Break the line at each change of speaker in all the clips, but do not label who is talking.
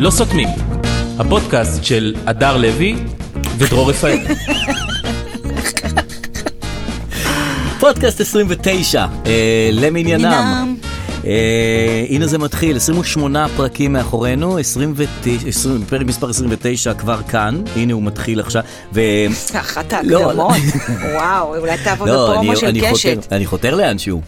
לא סותמים, הפודקאסט של הדר לוי ודרור רפאל.
פודקאסט 29, אה, למניינם.
עניינם.
אה, הנה זה מתחיל, 28 פרקים מאחורינו, 29, 20, פרק מספר 29 כבר כאן, הנה הוא מתחיל עכשיו, ו...
אחת
לא,
ההקדמות, וואו, אולי תעבוד בפרומו של
אני חותר,
קשת.
אני חותר לאנשהו,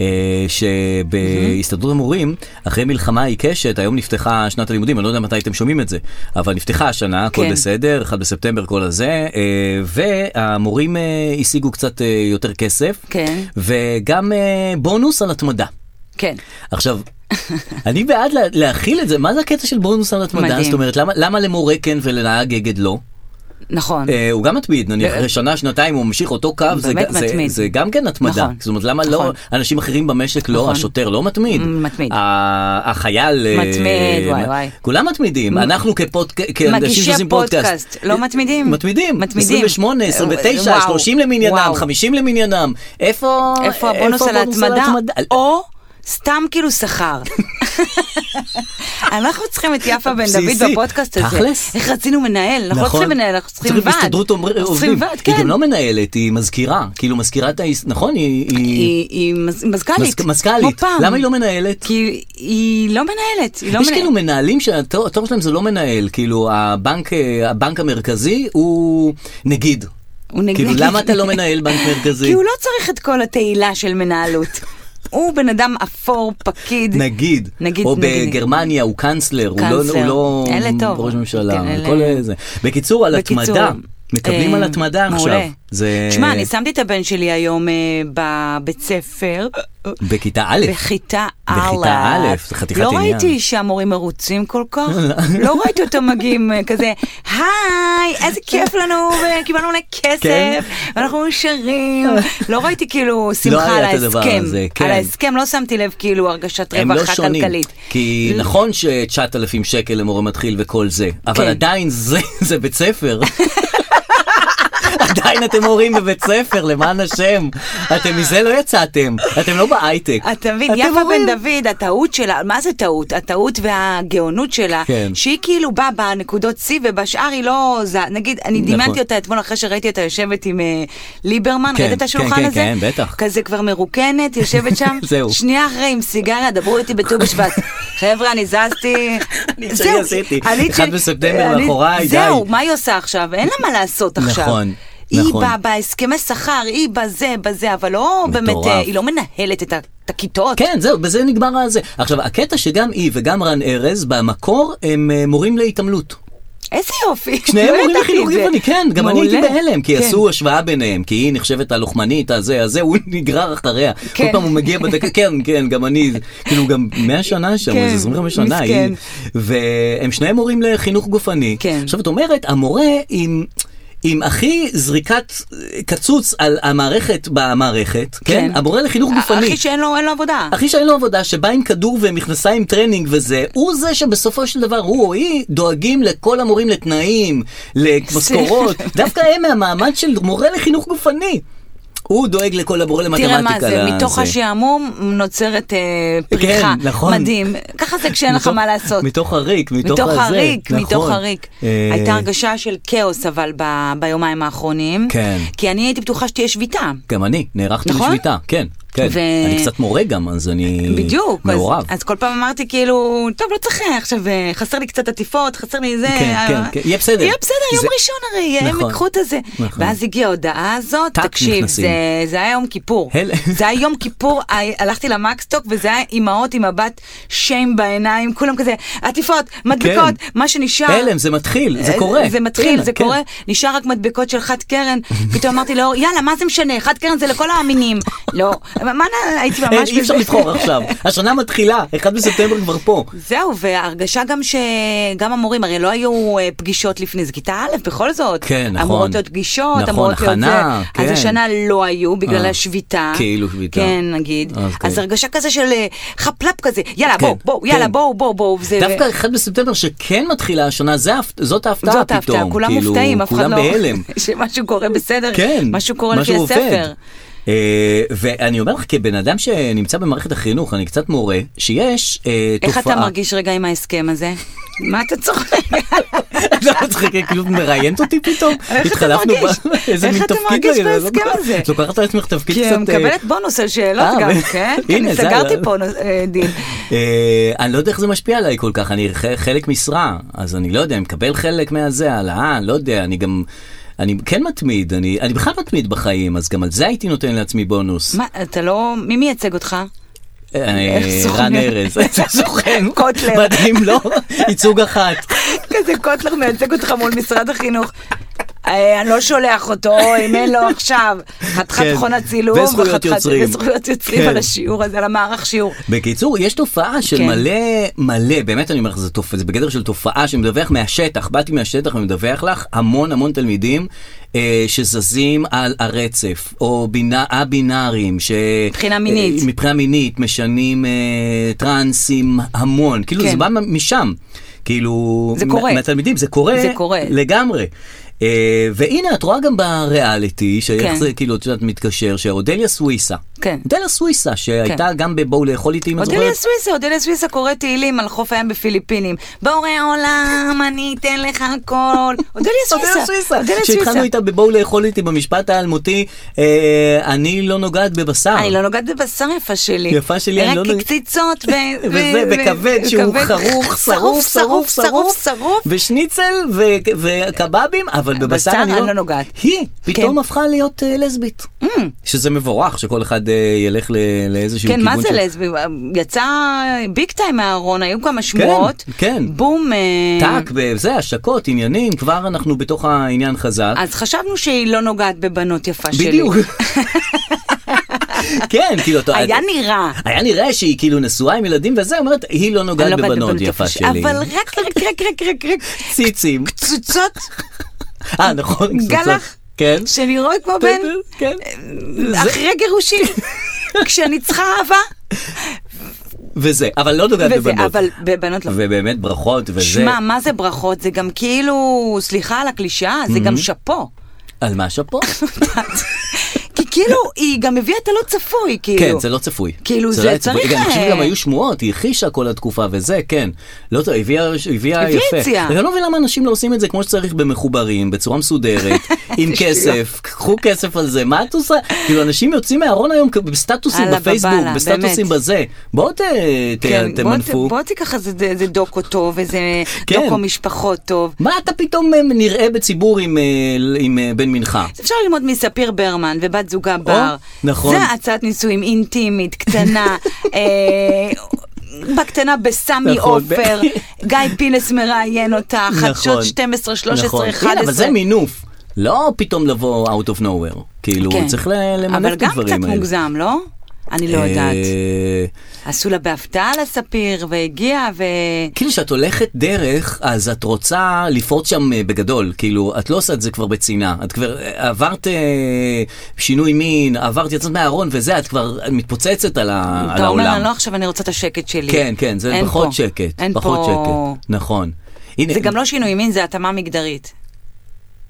אה, שבהסתדרות המורים, אחרי מלחמה עיקשת, היום נפתחה שנת הלימודים, אני לא יודע מתי אתם שומעים את זה, אבל נפתחה השנה, הכל
כן.
בסדר, 1 בספטמבר, כל הזה, אה, והמורים אה, השיגו קצת אה, יותר כסף,
כן.
וגם אה, בונוס על התמדה.
כן,
עכשיו, אני בעד לה, להכיל את זה, מה זה הקטע של בונוס על התמדה?
מדהים.
זאת אומרת, למה, למה למורה כן ולנהג אגד לא?
נכון.
אה, הוא גם מתמיד, נניח, אחרי שנה, שנתיים הוא ממשיך אותו קו, זה,
כן. באמת
ג- זה,
מתמיד.
זה גם כן התמדה.
נכון.
זאת אומרת, למה לא,
נכון.
אנשים אחרים במשק לא,
נכון.
השוטר לא מתמיד.
מ- מתמיד.
ה- החייל... אה,
מתמיד, וואי,
מה-
וואי.
כולם מתמידים, אנחנו כפודק... כאנשים
מגישי
כן, שעושים פודקאסט. אה,
פודקאסט, לא מתמידים?
מתמידים.
מתמידים. אה,
28, 29,
וואו,
30 למניינם,
וואו.
50 למניינם. איפה...
איפה הבונוס על ההתמדה? או סתם כאילו שכר. אנחנו צריכים את יפה בן
בסיסי.
דוד בפודקאסט הזה.
תכלס. נכון.
איך רצינו מנהל, אנחנו לא צריכים מנהל, אנחנו צריכים ועד.
הסתדרות אומר-
אנחנו
עובדים.
צריכים ועד,
היא
כן.
גם לא מנהלת, היא מזכירה. כאילו מזכירת ה... נכון, היא...
היא היא מז- מזכ"לית.
מזכ-
כמו
מזכ"לית.
פעם.
למה היא לא מנהלת?
כי היא לא מנהלת, היא לא
יש
מנהלת.
כאילו מנהלים שהתואר שלהם זה לא מנהל, כאילו הבנק, אה, הבנק המרכזי הוא נגיד.
הוא נגיד-
כאילו למה אתה לא מנהל בנק מרכזי?
כי הוא לא צריך את כל התהילה של מנהלות. הוא בן אדם אפור, פקיד.
נגיד,
נגיד,
או
נגיד.
בגרמניה הוא קאנצלר, הוא לא,
קאנצלר.
הוא לא
אלה טוב.
ראש ממשלה,
כן, אלה-
כל זה. בקיצור, על
בקיצור,
התמדה, מקבלים
אה,
על התמדה עכשיו.
מעולה.
זה
תשמע, אני שמתי את הבן שלי היום אה, בבית ספר.
אה, בכיתה א',
בכיתה א'.
בכיתה א', זה חתיכת
לא
עניין.
ראיתי שהמורים מרוצים כל כך. לא ראיתי אותם מגיעים אה, כזה, היי, איזה כיף לנו, וקיבלנו מלא
כן.
כסף, ואנחנו שרים. לא ראיתי כאילו שמחה על
היה את הדבר
ההסכם.
הזה, כן.
על ההסכם לא שמתי לב כאילו הרגשת
הם לא
רווחה
שונים,
כלכלית.
כי נכון ש-9,000 שקל למורה מתחיל וכל זה, אבל
כן.
עדיין זה- זה בית ספר. עדיין אתם הורים בבית ספר, למען השם. אתם מזה לא יצאתם, אתם לא בהייטק.
אתה מבין,
אתם
יפה
הורים.
בן דוד, הטעות שלה, מה זה טעות? הטעות והגאונות שלה,
כן.
שהיא כאילו באה בנקודות שיא ובשאר היא לא ז... נגיד, אני
נכון.
דימנתי אותה אתמול אחרי שראיתי אותה יושבת עם אה, ליברמן,
כן,
ראית את השולחן
כן, כן,
הזה?
כן, בטח.
כזה כבר מרוקנת, יושבת שם,
זהו.
שנייה אחרי עם סיגריה, דברו איתי בט"ו בשבט. חבר'ה, אני זזתי,
אני את שלי עשיתי.
עליתי-
אחד בספטמבר
אני-
מאחוריי,
זהו,
די.
מה היא עושה עכשיו? אין לה מה לעשות עכשיו.
נכון,
היא
נכון.
באה בהסכמי שכר, היא בזה, בזה, אבל לא באמת,
מטורף.
אה, היא לא מנהלת את ה- את הכיתות.
כן, זהו, בזה נגמר הזה. עכשיו, הקטע שגם היא וגם רן ארז, במקור הם אה, מורים להתעמלות.
איזה יופי.
שניהם
לא
מורים
ידעתי
לחינוך
את זה.
גבעוני, כן, גם אני הייתי
מעולה.
בהלם, כי
כן.
עשו השוואה ביניהם, כי היא נחשבת הלוחמנית, הזה, הזה, הוא נגרר אחריה. כל
כן.
פעם הוא מגיע בדקה, כן, כן, גם אני, כאילו גם 100 שנה שם,
כן,
איזה 25 שנה,
מסכן.
היא- והם שניהם מורים לחינוך גופני.
כן.
עכשיו, את אומרת, המורה עם... עם הכי זריקת אה, קצוץ על המערכת במערכת, כן?
כן.
המורה לחינוך גופני.
אחי שאין לו אין לו עבודה.
אחי שאין לו עבודה, שבא עם כדור ומכנסיים טרנינג וזה, הוא זה שבסופו של דבר, הוא או היא, דואגים לכל המורים לתנאים, למשכורות, דווקא הם מהמעמד של מורה לחינוך גופני. הוא דואג לכל המורה למתמטיקה.
תראה מה זה, מתוך
לזה.
השעמום נוצרת אה, פריחה.
כן, נכון.
מדהים. ככה זה כשאין לך
מתוך-
מה לעשות.
מתוך הריק, מתוך
מתוך
הזה,
הריק,
נכון.
מתוך הריק.
אה,
הייתה הרגשה של כאוס אבל ב- ביומיים האחרונים.
כן.
כי אני הייתי בטוחה שתהיה שביתה.
גם אני, נערכתי
נכון?
לשביתה, כן, כן.
ו-
אני קצת מורה גם, אז אני
בדיוק, אז,
Mm, מעורב.
אז כל פעם אמרתי כאילו, טוב לא צריך אה, עכשיו, אה, חסר לי קצת עטיפות, חסר לי זה,
כן,
אה,
כן, כן, יהיה בסדר.
יהיה בסדר, יום
זה-
ראשון הרי, אה, הם
נכון.
ייקחו את הזה,
נכון.
ואז הגיעה ההודעה הזאת,
טאק,
תקשיב,
נכנסים.
זה, זה היה יום כיפור,
הל-
זה היה יום כיפור, הי- הלכתי למקסטוק וזה היה אימהות עם מבט שיים בעיניים, כולם כזה, עטיפות, מדבקות,
כן.
מה שנשאר.
הלם, זה מתחיל, זה
אה,
קורה.
זה מתחיל,
הנה,
זה
כן.
קורה, נשאר רק מדבקות של חד קרן, פתאום אמרתי לאור, יאללה, מה זה משנה, חד קרן זה לכל האמינים. לא, מה, נע- הייתי ממש...
אין, אה, אי אפשר
בזה.
לבחור עכשיו, השנה מתחילה, 1 בספטמבר כבר פה.
זהו, וההרגשה גם שגם המורים, הרי לא היו אה, פגישות לפני, זה כיתה א', בכל זאת.
כן, נכון.
אמורות להיות פגישות,
נכון,
אמורות להיות
הכנה,
זה.
כן.
אז השנה לא היו, בגלל
אה,
השביתה.
כאילו שביתה.
כן, נגיד.
אז
אז,
כן.
הרגשה כזה של אה, חפלפ כזה, יאללה,
כן,
בואו, בואו,
כן.
יאללה, בואו, בואו, בואו. זה-
דווקא 1 בספטמבר שכן מתחילה השנה, זה ההפ- זאת ההפתעה פתאום.
זאת ההפתעה, כולם
כאילו,
מופתעים, אף אחד לא...
כולם בהלם.
שמשהו קורה בסדר,
כן,
משהו קורה
משהו
לפי
עובד.
הספר.
אה, ואני אומר לך, כבן אדם שנמצא במערכת החינוך, אני קצת מורה, שיש אה,
איך
תופעה...
אתה מרגיש רגע עם ההסכם הזה? מה אתה צוחק?
את לא מצחיקה, כאילו את מראיינת אותי פתאום?
איך אתה
התחלפנו
מרגיש?
ב- איזה
איך
מין
אתה
תפקיד
מרגיש
אני לא-
בהסכם הזה?
את לוקחת על עצמך תפקיד
כי
קצת...
אני
אה,
מקבלת בונוס על שאלות
אה,
גם,
ו-
כן?
הנה,
אני
זה
סגרתי
עלה.
פה נוס- אה, דין.
אה, אני לא יודע איך זה משפיע עליי כל כך, אני ח- חלק משרה, אז אני לא יודע, אני מקבל חלק מהזה, העלאה, אני לא יודע, אני גם... אני כן מתמיד, אני, אני בכלל מתמיד בחיים, אז גם על זה הייתי נותן לעצמי בונוס.
מה, אתה לא... מי מייצג אותך?
אה,
איך סוכן?
רן ארז, איזה סוכן,
קוטלר.
מדהים, לא? ייצוג אחת.
כזה קוטלר מייצג אותך מול משרד החינוך. אה, אני לא שולח אותו, אם אין לו עכשיו חתיכת
כן.
מכון הצילום,
וזכויות
וחתיכת-
יוצרים.
וזכויות יוצרים
כן.
על השיעור הזה, על המערך שיעור.
בקיצור, יש תופעה של
כן.
מלא, מלא, באמת אני אומר לך, זה, תופ... זה בגדר של תופעה שמדווח מהשטח, באתי מהשטח ומדווח לך המון המון תלמידים אה, שזזים על הרצף, או בינה, א-בינאריים, ש...
מבחינה מינית.
אה, מבחינה מינית, משנים אה, טרנסים המון, כאילו
כן.
זה בא מ- משם, כאילו...
זה קורה.
מה- מהתלמידים, זה קורה.
זה קורה.
לגמרי. אה, והנה, את רואה גם בריאליטי, שאיך
כן.
זה, כאילו, את יודעת, מתקשר, שאודליה סוויסה.
כן.
אודליה סוויסה, שהייתה גם בבואו לאכול איתי, אם את
אודליה
זוכרת.
סוויסה, אודליה סוויסה קורא תהילים על חוף הים בפיליפינים. בורא עולם, אני אתן לך הכל. אודליה סוויסה.
אודליה סוויסה,
אודליה
שהתחלנו
סוויסה.
איתה בבואו לאכול איתי במשפט האלמותי, אה, אני לא נוגעת בבשר.
אני לא נוגעת בבשר יפה שלי.
יפה שלי, אני לא
רק
נוגעת-
קציצות ו... ו-
וזה
ו-
בכבד שהוא
כבד
חרוך, שרוף, שרוף, שרוף,
שרוף.
ושניצל ו- וקבבים, אבל בבשר
בשר
אני
אני
לא
לא נוגעת.
היא פתאום
כן. Mm.
הפכה להיות אה, לסבית. שזה מבורך שכל אחד אה, ילך ל- לאיזשהו
כן,
כיוון.
מה זה
של-
לסבי? יצא ביג טיים מהארון, היו כמה שמועות.
כן.
בום. אה,
טאק, וזה, השקות, עניינים, כבר אנחנו בתוך העניין חזק.
אז חשבנו שהיא לא נוגעת בבנות יפה שלי.
בדיוק. כן, כאילו, אתה-
היה נראה.
היה נראה שהיא כאילו נשואה עם ילדים וזה, אומרת, היא לא
אני
נוגעת
לא בבנות
בבנות יפה שלי.
אבל רק, רק, רק, רק, רק, רק,
ציצים.
קצוצות
אה, נכון, קצוצות.
גלח.
כן.
שנראות כמו בן,
כן.
אחרי גירושים, כשאני צריכה אהבה,
וזה, אבל לא נוגעת
וזה,
בבנות.
אבל בבנות לא.
ובאמת ברכות, וזה...
שמע, מה זה ברכות? זה גם כאילו, סליחה על הקלישאה, זה
Mm-hmm.
גם שאפו.
על מה שאפו?
כי כאילו, היא גם הביאה את הלא צפוי, כאילו.
כן, זה לא צפוי.
כאילו,
לא
זה
היה צפוי.
צריך,
גם, אני חושב
אה,
שגם היו שמועות, היא הכחישה כל התקופה וזה, כן. לא טוב, הביאה הביאה
הביאה
יפה.
יציאה.
אני לא מבין למה אנשים לא עושים את זה כמו שצריך במחוברים, בצורה מסודרת, עם
לא.
כסף, קחו כסף על זה, מה את עושה? כאילו, אנשים יוצאים מהארון היום כ- בסטטוסים
אללה
בפייסבוק,
בבאללה,
בסטטוסים
באמת.
בזה. בואו ת- ת-
כן, בוא ת-
תמנפו.
בוא תיקח איזה ד- איזה דוקו טוב, איזה
כן.
דוקו משפחות טוב.
מה אתה פתאום אה, נראה בציבור עם, אה, עם אה, בן מנחה?
אז אפשר ללמוד מספיר ברמן ובת זוגה בר.
נכון.
זה הצעת נישואים אינטימית, קטנה. אה, בקטנה בסמי
נכון,
עופר, גיא פינס מראיין אותה,
נכון.
חדשות 12, 13,
נכון.
11.
הנה, אבל זה מינוף. לא פתאום לבוא out of nowhere. כאילו,
כן.
צריך ל- למנף
אבל
את הדברים
גם
האלה.
קצת מוגזם, לא? אני לא יודעת.
אה,
עשו לה בהפתעה לספיר, והגיעה, ו...
כאילו שאת הולכת דרך, אז את רוצה לפרוץ שם אה, בגדול, כאילו, את לא עושה את זה כבר בצנעה. את כבר אה, עברת אה, שינוי מין, עברת יצאת מהארון וזה, את כבר מתפוצצת על, ה, על
אתה
העולם.
אומר, "אני לא עכשיו, אני רוצה את השקט שלי.
כן, כן, זה
אין
פחות
פה.
שקט.
אין
פחות
פה...
שקט, נכון. הנה,
זה גם לא שינוי מין, זה התאמה מגדרית.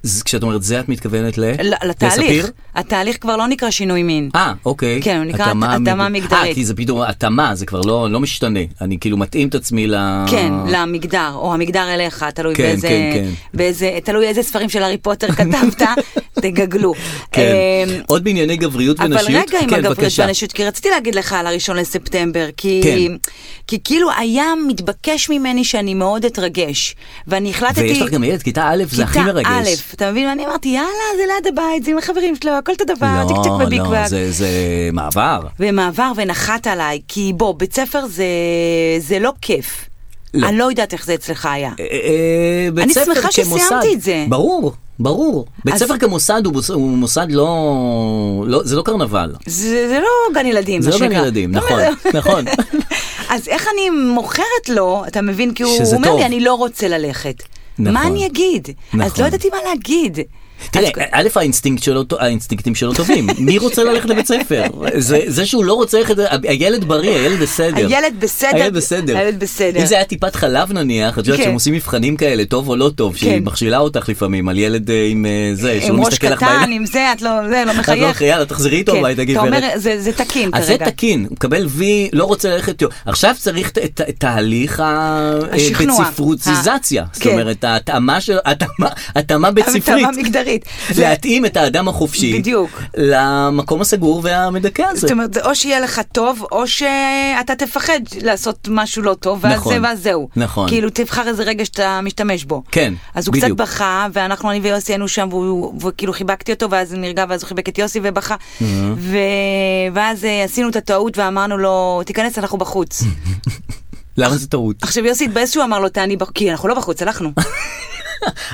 ז- כשאת אומרת זה, את מתכוונת ל...
ל- לתהליך.
לספיר?
התהליך כבר לא נקרא שינוי מין.
אה, אוקיי.
כן, הוא נקרא
מג-
התאמה מגדרית.
אה, כי זה פתאום התאמה, זה כבר לא, לא משתנה. אני כאילו מתאים את עצמי ל...
כן, למגדר, או המגדר אליך, תלוי
כן,
באיזה,
כן, כן.
באיזה, תלוי איזה ספרים של הארי פוטר כתבת, תגגלו.
כן.
אמ,
עוד בענייני גבריות
אבל
ונשיות?
רגע עם
כן,
הגבריות
בבקשה.
והנשיות, כי רציתי להגיד לך על הראשון לספטמבר, כי,
כן.
כי כאילו היה מתבקש ממני שאני מאוד אתרגש, ואני החלטתי...
ויש לך גם ילד, כיתה א', זה הכי
כיתה
מרגש.
א', אתה מבין? ואני אמרתי, יאללה, זה ליד הבית, זה עם החברים שלו, הכל אותו דבר, צ'יק צ'ק
לא,
וביג
לא,
וואק.
זה- זה מעבר.
ומעבר ונחת עליי, כי בוא, בית ספר זה, זה לא כיף.
לא.
אני לא יודעת איך זה אצלך היה.
אה, אה, בית
אני
ספר
שמחה
כמוסד-
שסיימתי את זה. ברור.
ברור. בית
אז-
ספר כמוסד הוא מוס- הוא מוסד לא... לא- זה לא קרנבל.
זה, זה לא גן ילדים,
זה
מה
לא גן
שנקרא.
ילדים,
אתה
נכון,
אומר,
נכון.
אז איך אני מוכרת לו, אתה מבין? כי הוא
שזה
אומר
טוב.
לי, אני לא רוצה ללכת.
נכון.
מה אני אגיד?
נכון.
אז לא ידעתי מה להגיד.
תראה,
אז-
א', האינסטינקט שלו, טו- האינסטינקטים שלו טובים. מי רוצה ללכת לבית ספר? זה, זה שהוא לא רוצה ללכת, הילד בריא, הילד בסדר.
הילד בסדר.
הילד בסדר.
הילד בסדר.
אם זה היה טיפת חלב נניח, את יודעת
כן.
שהם עושים מבחנים כאלה, טוב או לא טוב, שהיא
כן.
מכשילה אותך לפעמים על ילד אה, עם אה, זה,
עם
שלא
ראש
מסתכל לך
קטן,
בעיניים.
עם זה, את לא, זה, לא
את לא
מחייך.
חייל, תחזרי איתו
כן.
הביתה,
אתה אומר,
גברת.
זה זה תקין
אז זה
כרגע.
תקין, הוא מקבל וי, לא רוצה ללכת, יום. עכשיו צריך את- את את תהליך הבית
השכנוע.
ספרותיזציה,
ה-
זאת
כן.
אומרת ההתאמה של, התאמה- התאמה בית ספרית,
התאמה מגדרית. זה-
להתאים את האדם החופשי,
בדיוק.
למקום הסגור והמדכא הזה.
זאת אומרת, זה או שיהיה לך טוב, או שאתה תפחד לעשות משהו לא טוב, ואז
נכון.
זה ואז זהו.
נכון.
כאילו, תבחר איזה רגע שאתה משתמש בו.
כן,
אז הוא
בדיוק.
קצת בכה, ואנחנו, אני ויוסי היינו שם, והוא- וכאילו חיבקתי אותו, ואז הוא נרגע, ואז הוא חיבק את יוסי ובכה.
Mm-hmm.
ו- ואז אה, עשינו את הטעות ואמרנו לו, תיכנס, אנחנו בחוץ.
Mm. למה זה טעות?
עכשיו, יוסי התבאס שהוא אמר לו, תעני, בח- כי אנחנו לא בחוץ, הלכנו.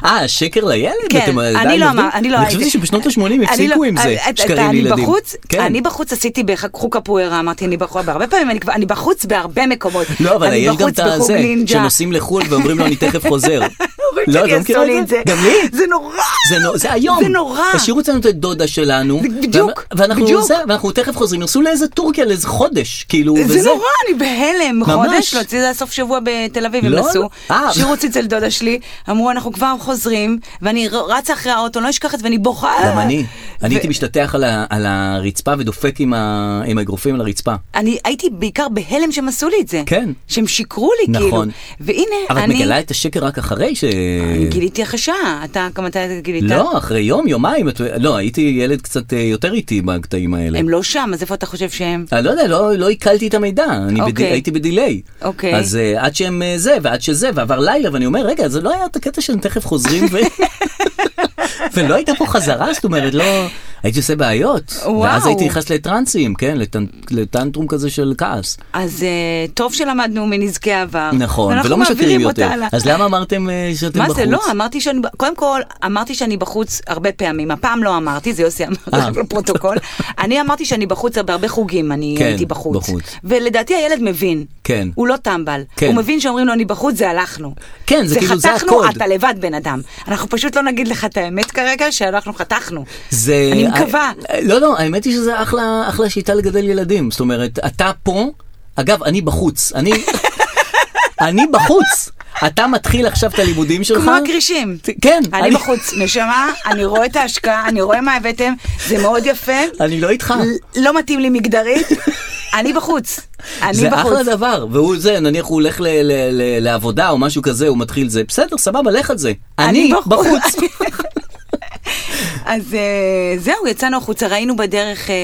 אה, שקר לילד?
כן,
אתם עדיין
אני לא
עובדים?
אמר, אני לא
אני
הייתי.
חשבתי שבשנות ה-80
אני
הפסיקו
לא-
עם זה,
אה, אה,
שקרים
אני
לילדים.
בחוץ,
כן.
אני בחוץ עשיתי בחוג קפוארה, אמרתי, אני בחוץ, הרבה פעמים, אני כבר- אני בחוץ בהרבה מקומות.
לא, אבל
אני
יש גם את
בחוץ
הזה,
בחוג נינג'ה.
שנוסעים לחו"ל ואומרים לו אני תכף חוזר.
ההורים
לא, את
שלי
לא
עשו
מכירה
לי
את
את זה.
זה? גם לי.
זה נורא.
זה, נו, זה היום.
זה נורא.
השאירו אצלנו את דודה שלנו.
זה בדיוק,
ואנ- ואנחנו,
בדיוק.
זה, ואנחנו תכף חוזרים, נסעו לאיזה טורקיה לאיזה חודש, כאילו,
זה
וזה.
נורא, אני בהלם,
ממש.
חודש, להוציא זה היה סוף שבוע בתל אביב, הם
לא,
נסעו,
לא. אה.
שירו אותי אצל דודה שלי, אמרו אנחנו כבר חוזרים, ואני ר- רצה אחרי האוטו, לא אשכח את זה, ואני בוכה.
גם אני. אני
ו-
הייתי משתטח על, ה, על הרצפה ודופק עם, ה, עם האגרופים על הרצפה.
אני הייתי בעיקר בהלם שהם עשו לי את זה.
כן.
שהם שיקרו לי,
נכון.
כאילו. והנה,
אבל את
אני...
מגלה את השקר רק אחרי ש...
אני גיליתי אחרי שעה, אתה כמה אתה גילית?
לא, אחרי יום, יומיים. את... לא, הייתי ילד קצת אה, יותר איטי בקטעים האלה.
הם לא שם, אז איפה אתה חושב שהם?
אני לא יודע, לא, לא עיכלתי את המידע, אני okay. בד...
אוקיי.
הייתי בדיליי.
אוקיי.
אז uh, עד שהם uh, זה, ועד שזה, ועבר לילה, ואני אומר, רגע, זה לא היה את הקטע שהם תכף חוזרים, ו... ולא הייתה פה חזרה, זאת אומרת, לא... הייתי עושה בעיות.
וואו.
ואז הייתי נכנס לטרנסים, כן, לטנ... לטנטרום כזה של כעס.
אז אה, טוב שלמדנו מנזקי העבר.
נכון,
ואנחנו
ולא משקרים
מעבירים אותה
יותר.
הלאה.
אז למה אמרתם uh, שאתם
מה
בחוץ?
זה לא? אמרתי שאני, ב- קודם כל, אמרתי שאני בחוץ הרבה פעמים, הפעם לא אמרתי, זה יוסי
אה.
אמר לפרוטוקול. אני אמרתי שאני בחוץ בהרבה חוגים, אני
כן,
הייתי בחוץ.
בחוץ.
ולדעתי הילד מבין.
כן.
הוא לא טמבל.
כן.
הוא מבין שאומרים לו אני בחוץ, זה הלכנו.
כן, זה כאילו, זה הקוד.
חתכנו, אתה לבד בן אדם. אנחנו פשוט לא נגיד לך את האמת כרגע, שאנחנו חתכנו.
זה...
אני מקווה.
לא, לא, האמת היא שזה אחלה, אחלה שיטה לגדל ילדים. זאת אומרת, אתה פה, אגב, אני בחוץ. אני, אני בחוץ. אתה מתחיל עכשיו את הלימודים שלך.
כמו הכרישים.
ת- כן.
אני בחוץ, נשמה, אני רואה את ההשקעה, אני רואה מה הבאתם, זה מאוד יפה.
אני לא איתך.
ל- לא מתאים לי מגדרית, אני בחוץ. אני
זה
בחוץ.
אחלה דבר, והוא זה, נניח הוא הולך ל- ל- ל- לעבודה או משהו כזה, הוא מתחיל זה, בסדר, סבבה, לך על זה. אני בחוץ.
אז אה, זהו, יצאנו החוצה, ראינו בדרך אה,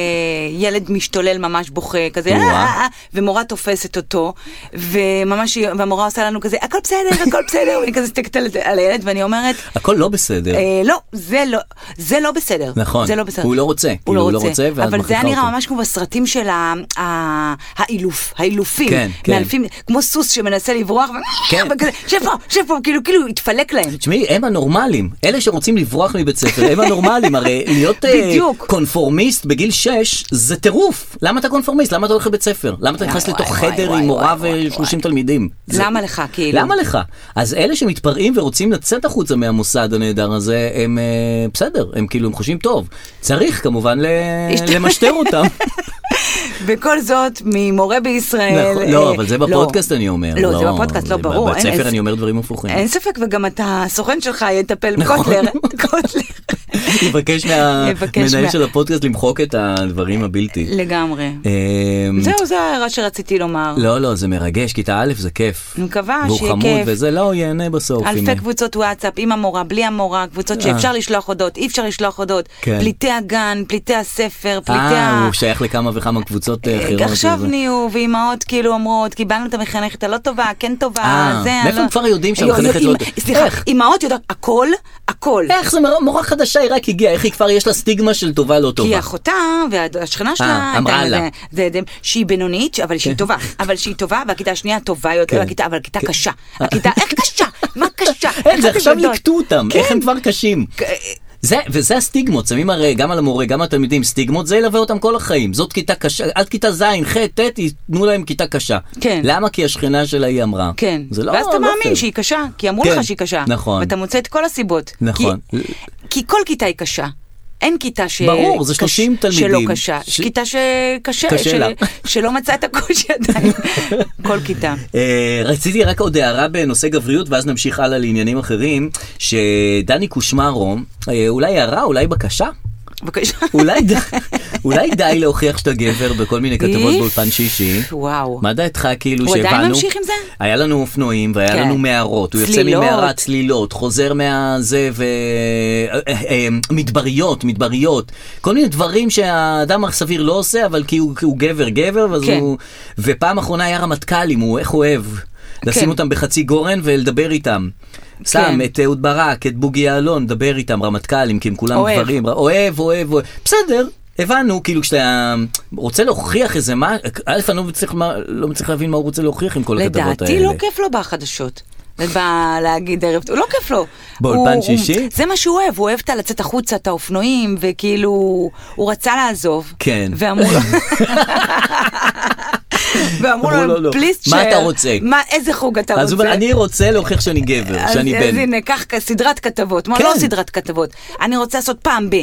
ילד משתולל ממש בוכה, כזה, "אה,
וואו.
אה, אה", ומורה תופסת אותו, וממש, היא- והמורה עושה לנו כזה, הכל בסדר, הכל בסדר, ואני כזה מסתכלת על- על הילד, ואני אומרת,
הכל לא בסדר.
אה, לא, זה לא, זה לא בסדר.
נכון.
זה לא בסדר.
הוא לא רוצה.
הוא
כאילו,
לא
הוא לא
רוצה.
רוצה, ואת
אבל זה היה
מכריחה
נראה
אותו.
ממש כמו בסרטים של ה- ה- האילוף, האילופים.
כן, כן.
מאלפים, כמו סוס שמנסה לברוח, ו-
כן.
וכזה, שב פה, שב פה, כאילו, כאילו, התפלק להם.
תשמעי, הם הנורמלים. אלה שרוצים לברוח מבית ספר, הם הנורמלים. הרי להיות אה,
בדיוק.
קונפורמיסט בגיל 6 זה טירוף. למה אתה קונפורמיסט? למה אתה הולך לבית ספר? למה אתה
וואי,
נכנס
וואי,
לתוך
וואי,
חדר
וואי,
עם מורה
וואי, וואי,
ו-30 תלמידים? זה-
למה לך, כאילו?
למה לך? אז אלה שמתפרעים ורוצים לצאת החוצה מהמוסד הנהדר הזה, הם אה, בסדר, הם כאילו, הם חושבים טוב. צריך כמובן ל-
יש-
למשטר אותם.
וכל זאת ממורה בישראל.
נכון,
אה,
לא, אבל זה בפודקאסט אני אומר.
לא, זה בפודקאסט, לא,
זה
ברור.
בבית
אין-
ספר
אין-
אני אומר דברים הפוכים.
אין ספק, וגם אתה, הסוכן שלך יטפל,
נכון.
קוטלר, קוטלר.
נבקש
נבקש
מהמנהל
מה-
של הפודקאסט למחוק את הדברים הבלתי.
לגמרי.
אמ,
זהו, זה ההערה שרציתי לומר.
לא, לא, זה מרגש, כיתה א' זה כיף.
אני מקווה
והוא
שיהיה
חמוד
כיף.
וזה, לא, הוא ייהנה בסוף.
אלפי
הנה.
קבוצות וואטסאפ, עם המורה, בלי המורה, קבוצות שאפשר לשלוח הודות, אי אפשר לשלוח הודות.
אה. כן.
פליטי הגן, פליטי הספר, פליטי
אה,
ה...
הוא שייך לכמה וכמה קבוצות אה, אחרות.
עכשיו
וזה.
נהיו, ואימהות כאילו אומרות, קיבלנו את המחנכת הלא טובה, כן טובה,
אה,
זה...
מאיפה
הלא-"
הם כבר יודעים
יו, יו,
שהמחנכת לא-
אימא- סליחה,
איך?
אימהות יודעות, הכל, הכל.
איך זה מורה- מורה חדשה, היא רק הגיעה, איך היא כבר יש לה סטיגמה של טובה לא
כי
טובה.
אחותה והשכנה שלה,
אה,
הייתה
אמרה
עם
לה.
זה- זה- זה- שהיא בינונית, אבל שהיא טובה, אבל שהיא טובה, והכיתה השנייה טובה יותר,
כן. אה.
והכיתה- אבל הכיתה קשה. הכיתה, איך אה, קשה? מה קשה?
אין, זה
אתם
עכשיו
יודעות?
ליקטו אותם, איך הם כבר קשים. זה, וזה הסטיגמות, שמים הרי גם על המורה, גם על התלמידים סטיגמות, זה ילווה אותם כל החיים. זאת כיתה קשה, עד כיתה ז', ח', ט', ייתנו להם כיתה קשה.
כן.
למה? כי השכנה שלה היא אמרה.
כן.
זה לא...
ואז אתה
לא
מאמין
פייר.
שהיא קשה, כי אמרו
כן,
לך שהיא קשה.
נכון.
ואתה מוצא את כל הסיבות.
נכון.
כי, כי כל כיתה היא קשה. אין כיתה ש...
ברור, זה
קש-
30 תלמידים.
שלא קשה.
ש-
ש... כיתה שקשה,
קשה לה.
שלא מצאה את הקושי עדיין. כל כיתה.
אה, רציתי רק עוד הערה בנושא גבריות, ואז נמשיך הלאה לעניינים אחרים, שדני קושמרו, אה, אולי הערה, אולי בקשה?
בבקשה.
אולי, ד... אולי די להוכיח שאתה גבר בכל מיני כתבות
איף.
באולפן שישי.
וואו.
מה דעתך כאילו
הוא
שהבנו?
עדיין ממשיך עם זה?
היה לנו אופנועים והיה
כן.
לנו מערות. הוא יוצא
צלילות.
ממערת צלילות, חוזר מהזה ו... אה, אה, אה, מדבריות, מדבריות. כל מיני דברים שהאדם הסביר לא עושה, אבל כי הוא, כי הוא גבר גבר, ואז
כן.
הוא... ופעם אחרונה היה רמטכ"לים, הוא איך אוהב. לשים
כן.
אותם בחצי גורן ולדבר איתם. שם את אהוד ברק, את בוגי יעלון, דבר איתם, רמטכ"לים, כי הם כולם
אוהב.
גברים. אוהב, אוהב, אוהב. בסדר, הבנו, כאילו כשאתה רוצה להוכיח איזה מה, א', אני לא מצליח, מה, לא מצליח להבין מה הוא רוצה להוכיח עם כל הכתבות האלה.
לדעתי לא כיף לו בחדשות. ולהגיד ערב, הוא לא כיף לו.
באולפן
הוא- הוא-
שישי?
זה מה שהוא אוהב, הוא אוהב את הלצאת החוצה, את האופנועים, וכאילו, הוא רצה לעזוב.
כן.
ואמרו לו... ואמרו
אמרו לו, לא.
לו, פליז תשאר.
מה אתה רוצה?"
מה, איזה חוג אתה רוצה?
אז הוא אומר, אני רוצה להוכיח שאני גבר,
אז-
שאני
אז
בן.
הנה, קח כ- סדרת כתבות. מה,
כן.
לא סדרת כתבות. אני רוצה לעשות פעם ב.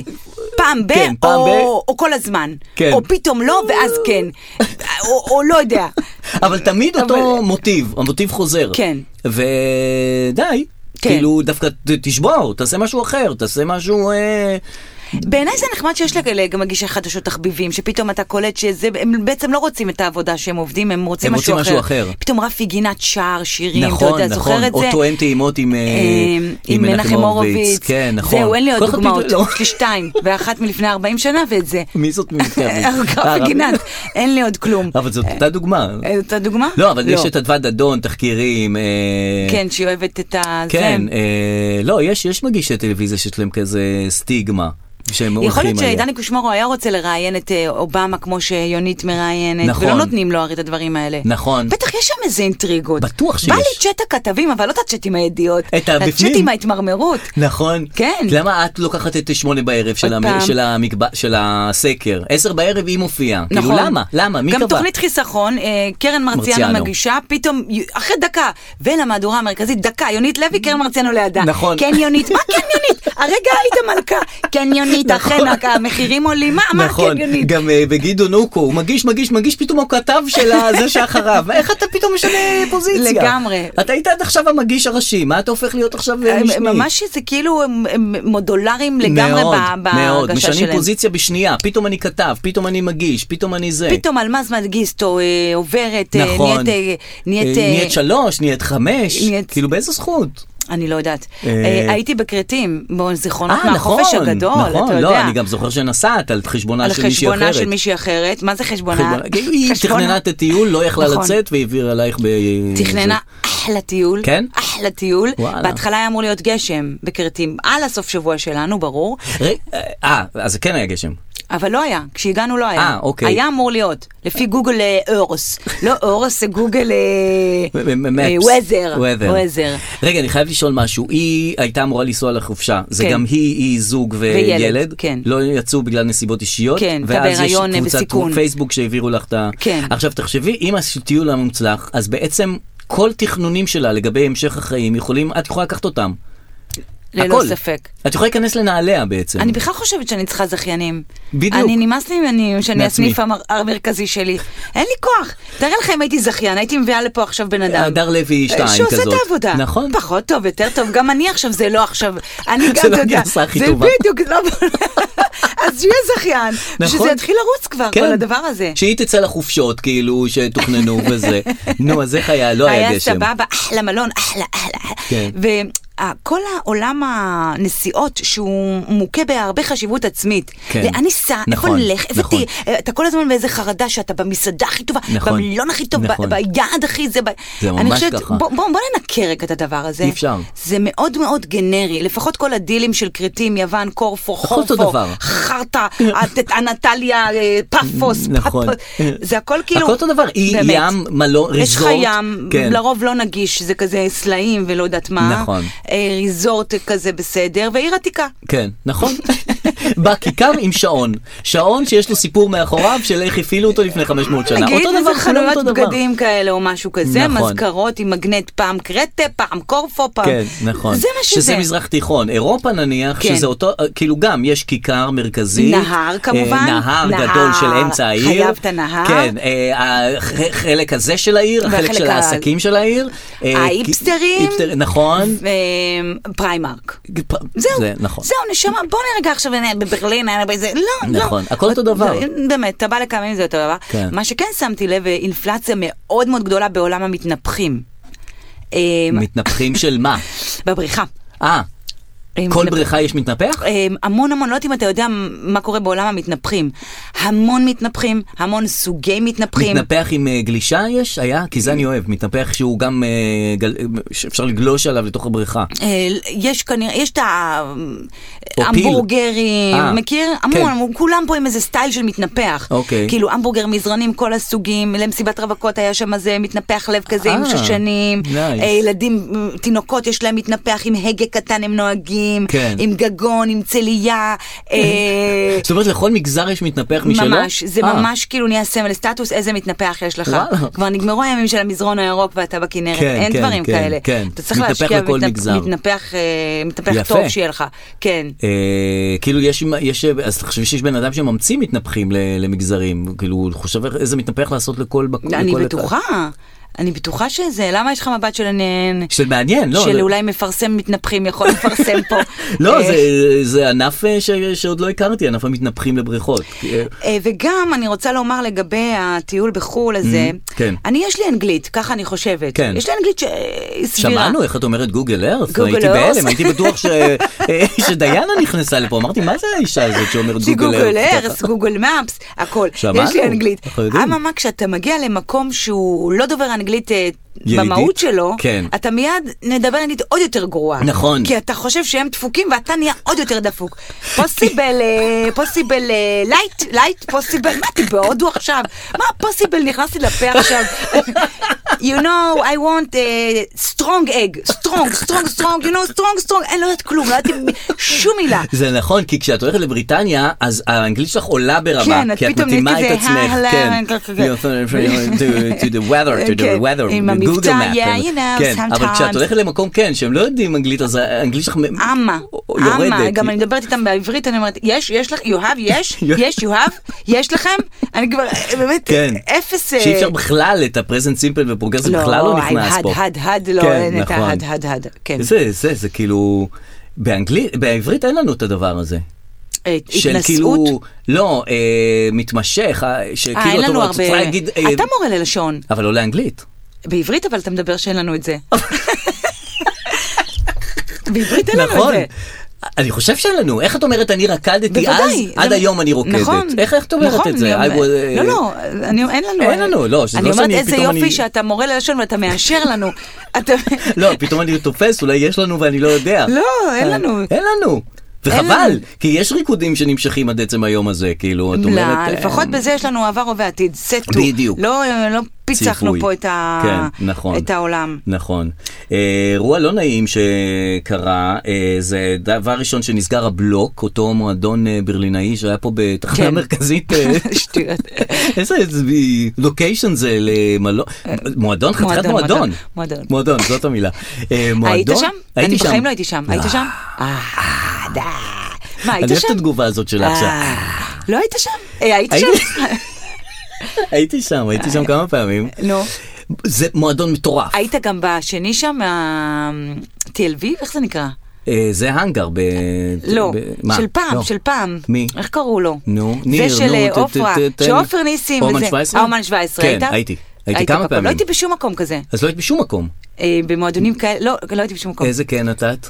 פעם ב,
כן, פעם
או,
ב.
או כל הזמן.
כן.
או פתאום לא, ואז כן. או, או לא יודע.
אבל תמיד אותו מוטיב, המוטיב חוזר.
כן.
ודי.
כן.
כאילו, דווקא ת- תשבור, תעשה משהו אחר, תעשה משהו... אה,
בעיניי זה נחמד שיש לכאלה גם מגישי חדשות תחביבים, שפתאום אתה קולט שזה, הם בעצם לא רוצים את העבודה שהם עובדים, הם רוצים
הם
משהו
רוצים משהו
אחר.
אחר.
פתאום רפי גינת שר שירים,
נכון,
אתה יודע,
נכון,
זוכר את
או
זה?
תואם טעימות עם, אה,
אה,
עם מנחם הורוביץ. כן, נכון.
זהו, אין לי עוד
כל אחד
דוגמאות.
פתאום- לא.
יש לי שתיים, ואחת מלפני 40 שנה ואת זה.
מי זאת
אה,
מתכוונת?
רפי גינת, אין לי עוד כלום.
כן. אבל זאת אותה דוגמה.
אה, את הדוגמה?
לא, אבל יש את אדוה דדון, תחקירים. אה,
כן, שהיא אוהבת את ה...
כן,
זה.
אה, לא, יש יש מגישי טלוויזיה שיש להם כזה סטיגמה. שהם
יכול להיות
הולכים עליה.
שדני קושמרו היה רוצה לראיין את אה, אובמה כמו שיונית מראיינת,
נכון.
ולא נותנים לו הרי את הדברים האלה.
נכון.
בטח יש שם איזה אינטריגות.
בטוח שיש.
בא לי צ'אט הכתבים, אבל לא את הצ'אט עם הידיעות.
את הבפנים.
הצ'אט עם ההתמרמרות.
נכון.
כן.
למה את לוקחת את שמונה בערב של,
עוד
המ...
פעם.
של, המקב... של הסקר? עשר בערב היא מופיעה.
נכון.
כאילו למה? למה? מי
גם
קבע?
תוכנית חיסכון, אה, קרן מרציאנו
מרציאנו.
מגישה, פתאום, י- אחרי דקה, ולמהדורה המרכזית, דקה, יונית לוי, קרן מרציאנו לידה.
נכון.
כן יונית, מה כן יונית? הרגע היית מלכה. כן יונית, אכן, המחירים עולים, מה, מה
נכון,
כן יונית?
גם אה, בגידו נוקו, הוא מגיש, מגיש, מגיש, פתאום הוא כתב של זה שאחריו. איך אתה פתאום משנה פוזיציה?
לגמרי.
אתה היית עד עכשיו המגיש הראשי, מה אתה הופך להיות עכשיו אה,
הם-
משני?
ממש זה כאילו הם- הם מודולריים לגמרי
מאוד,
ב-
מאוד,
בהרגשה
משנים
שלהם.
פוזיציה בשנייה, פתאום אני כתב, פתאום אני מגיש, פתאום אני זה.
פתאום אלמז מנגיסטו אה, עוברת, אה,
אה. נכון.
נהיית, אה, נהיית,
אה,
אה,
נהיית שלוש, נהיית חמש,
נהיית-
כאילו באיזה זכות?
אני לא יודעת.
אה,
אה, הייתי בכרתים, בזיכרונות
אה,
מהחופש הגדול, אתה
נכון, לא,
יודע.
אני גם זוכר שנסעת על חשבונה
על
של מישהי אחרת.
חשבונה של מישהי אחרת, מה זה חשבונה?
חשבונה- כאילו, היא
חשבונה.
תכננה את הטיול, לא יכלה
נכון.
לצאת והעבירה עלייך ב...
תכננה אחלה טיול,
כן?
אחלה טיול,
וואלה.
בהתחלה היה אמור להיות גשם בכרתים, על הסוף שבוע שלנו, ברור,
זה. ר- אה, אז זה כן היה גשם.
אבל לא היה, כשהגענו לא היה.
אה, אוקיי.
היה אמור להיות, לפי גוגל אה, אורס. לא אורס, זה גוגל... אה,
ו- ו- maps.
וויזר.
Weather.
וויזר.
רגע, אני חייב לשאול משהו. היא הייתה אמורה לנסוע לחופשה. זה
כן.
גם היא, היא זוג
וילד,
וילד.
כן.
לא יצאו בגלל נסיבות אישיות.
כן, אתה
ואז יש
בהיריון, אה,
קבוצת
בסיכון.
פייסבוק שהעבירו לך את ה...
כן.
עכשיו תחשבי, אם הטיול היה מוצלח, אז בעצם כל תכנונים שלה לגבי המשך החיים יכולים, את יכולה לקחת אותם.
ללא
הכל. כן.
ספק.
את יכולה להיכנס לנעליה בעצם.
אני בכלל חושבת שאני צריכה זכיינים.
בדיוק.
אני נמאס לי ממני שאני
מעצמי.
הסניף המר- המרכזי שלי. אין לי כוח. תאר לך אם הייתי זכיין, הייתי מביאה לפה עכשיו בן אדם.
הדר לוי אה, שתיים כזאת.
שעושה את העבודה.
נכון.
פחות טוב, יותר טוב. גם אני עכשיו, זה לא עכשיו. אני גם,
זה
אתה
לא
יודע,
הגרסה הכי טובה.
זה בדיוק, לא... אז שיהיה זכיין.
נכון.
שזה יתחיל לרוץ כבר, כל הדבר הזה.
שהיא תצא לחופשות, כאילו, שתוכננו וזה. נו, אז איך היה? לא היה
היה
גשם.
סבבה, אחלה מלון, אחלה, אחלה.
כן.
וכל העולם הנסיעות שהוא מוכה בהרבה חשיבות עצמית.
כן.
לאן ניסע, איפה
נכון,
נלך, איפה
נכון.
תהיה, אה, אתה כל הזמן באיזה חרדה שאתה במסעדה הכי טובה,
נכון,
במילון הכי טוב, ב-
נכון.
ביעד הכי זה. ב-
זה
אני
ממש
חושבת,
ככה.
בוא- בוא בוא ננקר רק את הדבר הזה.
אי אפשר.
זה מאוד מאוד גנרי, לפחות כל הדילים של כרתים, יוון, קורפו,
הכל אותו
חורפו,
דבר.
חרטה, הת- אנטליה, אה, פאפוס,
נכון.
פאפוס, זה הכל כאילו,
הכל אותו דבר, אי
באמת.
ים, מלון,
יש לך
ריזורט.
ים,
כן.
לרוב לא נגיש, זה כזה סלעים ולא יודעת מה.
נכון.
אה, ריזורט כזה בסדר, ועיר עתיקה.
כן, נכון. בכיכר עם שעון. שעון שיש לו סיפור מאחוריו של איך הפעילו אותו לפני 500 שנה.
נגיד
אותו
איזה
דבר, כולם אותו
חנויות
דבר.
בגדים כאלה או משהו כזה,
נכון.
מזכרות עם מגנט פעם קרטה, פעם קורפו, פעם...
כן, נכון.
אה, זה מה שזה.
שזה מזרח תיכון. אירופה נניח,
כן.
שזה אותו, אה, כאילו גם, יש כיכר מרכזית.
נהר, כמובן.
אה, נהר
נהר.
גדול של אמצע העיר.
חייב את הנהר.
כן, אה, החלק הזה של העיר, החלק
והחלק
של
ה-
העסקים של העיר. אה, כי-
האיפסטרים.
איפסטר- נכון.
אה, פריימרק.
זהו.
זהו,
זה נכון.
זהו, נשמה, בוא נרגע עכשיו אה, בברלין, אה, באיזה, לא, לא.
נכון, הכל אותו דבר.
זה- באמת, אתה בא לכמה זה אותו דבר.
כן.
מה שכן שמתי לב, אה, אינפלציה מאוד מאוד גדולה בעולם המתנפחים. אה,
מתנפחים של מה?
בבריכה.
אה,
אה,
כל
מתנפ-
בריכה יש מתנפח?
אה, המון המון, לא יודעת אם אתה יודע מה קורה בעולם המתנפחים. המון מתנפחים, המון סוגי מתנפחים.
מתנפח עם אה, גלישה יש? היה? כי זה אני אוהב. מתנפח שהוא גם, אה, גל- אה, שאפשר לגלוש עליו לתוך הבריכה.
אה, יש כנראה, יש את
או פיל.
ההמבורגרים,
אה,
מכיר?
כן.
המון, המון, כולם פה עם איזה סטייל של מתנפח.
אוקיי.
כאילו המבורגר מזרנים כל הסוגים, למסיבת רווקות היה שם איזה מתנפח לב כזה עם
אה,
שושנים.
nice.
אה, ילדים, אה, תינוקות יש להם מתנפח עם הגה קטן הם נוהגים,
כן.
עם גגון, עם צלייה. אה,
זאת אומרת, לכל מגזר יש מתנפח משלו?
ממש, זה
אה,
ממש כאילו נהיה סמל סטטוס, איזה מתנפח יש לך.
וואלה.
כבר נגמרו הימים של המזרון הירוק ואתה בכנרת,
כן,
אין
כן,
דברים
כן,
כאלה.
כן.
אתה צריך
מתנפח
להשקיע
לכל
ומתנפ-
מגזר.
מתנפח, אה, מתנפח
יפה.
טוב שיהיה לך. כן.
אה, כאילו יש, יש, אז תחשבי שיש בן אדם שממציא מתנפחים ל- למגזרים, כאילו הוא חושב איך- איזה מתנפח לעשות לכל... בק-
אני
לכל-
בטוחה, אני בטוחה שזה, למה יש לך מבט של עניין?
של מעניין, לא.
של
לא-
אולי מפרסם מתנפחים יכול לפרסם פה.
לא,
אה,
זה- זה ענף אה, ש- שעוד לא הכרתי, ענף המתנפחים לבריכות. אה,
אה, וגם אני רוצה לומר לגבי הטיול בחו"ל הזה,
כן.
אני יש לי אנגלית, ככה אני חושבת.
כן.
יש לי אנגלית ש- אה, סבירה.
שמענו איך את אומרת גוגל ארת,
Google
הייתי
Earth.
בהלם, הייתי בטוח ש- אה, שדיינה נכנסה לפה, אמרתי מה זה האישה הזאת שאומרת גוגל
גוגל
ארת?
ארס, גוגל מאפס, הכל.
שמענו,
יש לי אנגלית.
אנחנו יודעים.
אממה, כשאתה מגיע למקום שהוא לא דובר אנגלית אה,
ילידית?
במהות שלו,
כן.
אתה מיד נדבר אנגלית עוד יותר גרועה.
נכון.
כי אתה חושב שהם דפוקים ואתה נהיה עוד יותר דפוק. פוסיבל, אה, פוסיבל לייט, לייט, פוסיבל, מה אתם בהודו עכשיו? מה פוסיבל נכנס לי לפה עכשיו? You know, I want a strong egg, strong, strong, strong, you know, strong, strong, אני לא יודעת כלום, לא יודעת שום מילה.
זה נכון, כי כשאת הולכת לבריטניה, אז האנגלית שלך עולה ברמה,
כן, את
כי את
פתאום
מתאימה את
נהיית כזה,
עצמך,
"הלאה",
כן.
כזה.
You're from- from- to- to the weather, to
כן,
the weather,
עם
the Google
המבטא,
map.
yeah, you know,
כן, אבל
sometimes.
כשאת הולכת למקום, כן, שהם לא יודעים אנגלית, אז האנגלית שלך מ-
אמה,
יורדת.
אמה, גם אני מדברת איתם בעברית, אני אומרת, יש, יש לך, you have, יש, יש, you have, יש לכם, אני כבר, אה, באמת,
כן.
אפס... אה,
שאי אפשר בכלל את הפרזנט סימפל ופרוגרסיב
לא,
בכלל לא
עם
נכנס פה.
הד, הד, הד, לא,
כן,
אין את
נכון.
ההד, הד, הד, כן.
זה, זה, זה כאילו... באנגלית, בעברית אין לנו את הדבר הזה.
אה,
של
התנשאות.
כאילו, לא, אה, מתמשך, אה,
אה,
שכאילו,
אין
אתה
לנו
אומר, את
הרבה...
צריכה להגיד, אה,
אתה מורה ללשון.
אבל לא לאנגלית.
בעברית אבל אתה מדבר שאין לנו את זה. בעברית אין לנו את
נכון.
זה.
אני חושב שאין לנו, איך את אומרת אני רקדתי אז,
בוודאי.
עד
זה-
היום אני רוקדת.
נכון.
איך איך את אומרת
נכון,
את זה?
אני
I
אומר-
was- אה,
לא, לא, אני- אין לנו.
אין לנו, לא, שזה
אני
לא
אומרת
שאני-
איזה
פתאום אני-
יופי שאתה מורה ללשון ואתה מאשר לנו. אתה-
לא, פתאום אני תופס, אולי יש לנו ואני לא יודע.
לא, אין לנו.
אין לנו.
אין
וחבל,
לנו.
כי יש ריקודים שנמשכים עד עצם היום הזה, כאילו, את
לא,
אומרת...
לפחות
אה,
בזה יש לנו עבר הווה עתיד, סטו.
בדיוק.
לא לא פיצחנו
ציווי.
פה את ה-
כן, נכון.
את העולם.
נכון. אה, אירוע לא נעים שקרה, אה, זה דבר ראשון שנסגר הבלוק, אותו מועדון אה, ברלינאי שהיה פה בתחנה
כן.
מרכזית. אה,
שטויות.
איזה לוקיישן זה למלון, מועדון? חתיכת
מועדון,
מועדון.
מועדון, מועדון.
מועדון, זאת המילה. אה,
היית
מועדון?
שם? אני בחיים לא הייתי שם. היית שם? אה, די. מה, היית
אני אוהב את
שם?
התגובה הזאת שלך שם.
אה, לא היית שם? אה, היית
הייתי-
שם?
הייתי שם, הייתי
אה.
שם כמה פעמים.
נו.
זה מועדון מטורף.
היית גם בשני שם, ה-TLV? איך זה נקרא?
אה, זה האנגר ב...
לא,
ב- מה?
של פעם,
לא.
של פעם.
מי?
איך קראו לו?
נו, ניר,
ניר, זה של
נו,
אה,
ת- ת-
עופרה,
ת- תן-
שעופר ניסים.
אומן
וזה.
17?
האומן 17,
כן,
היית?
הייתי. הייתי כמה
בכל-
פעמים.
לא הייתי בשום מקום כזה.
אז לא היית בשום מקום.
אה, במועדונים כאלה, לא, לא הייתי בשום מקום.
איזה כן נתת?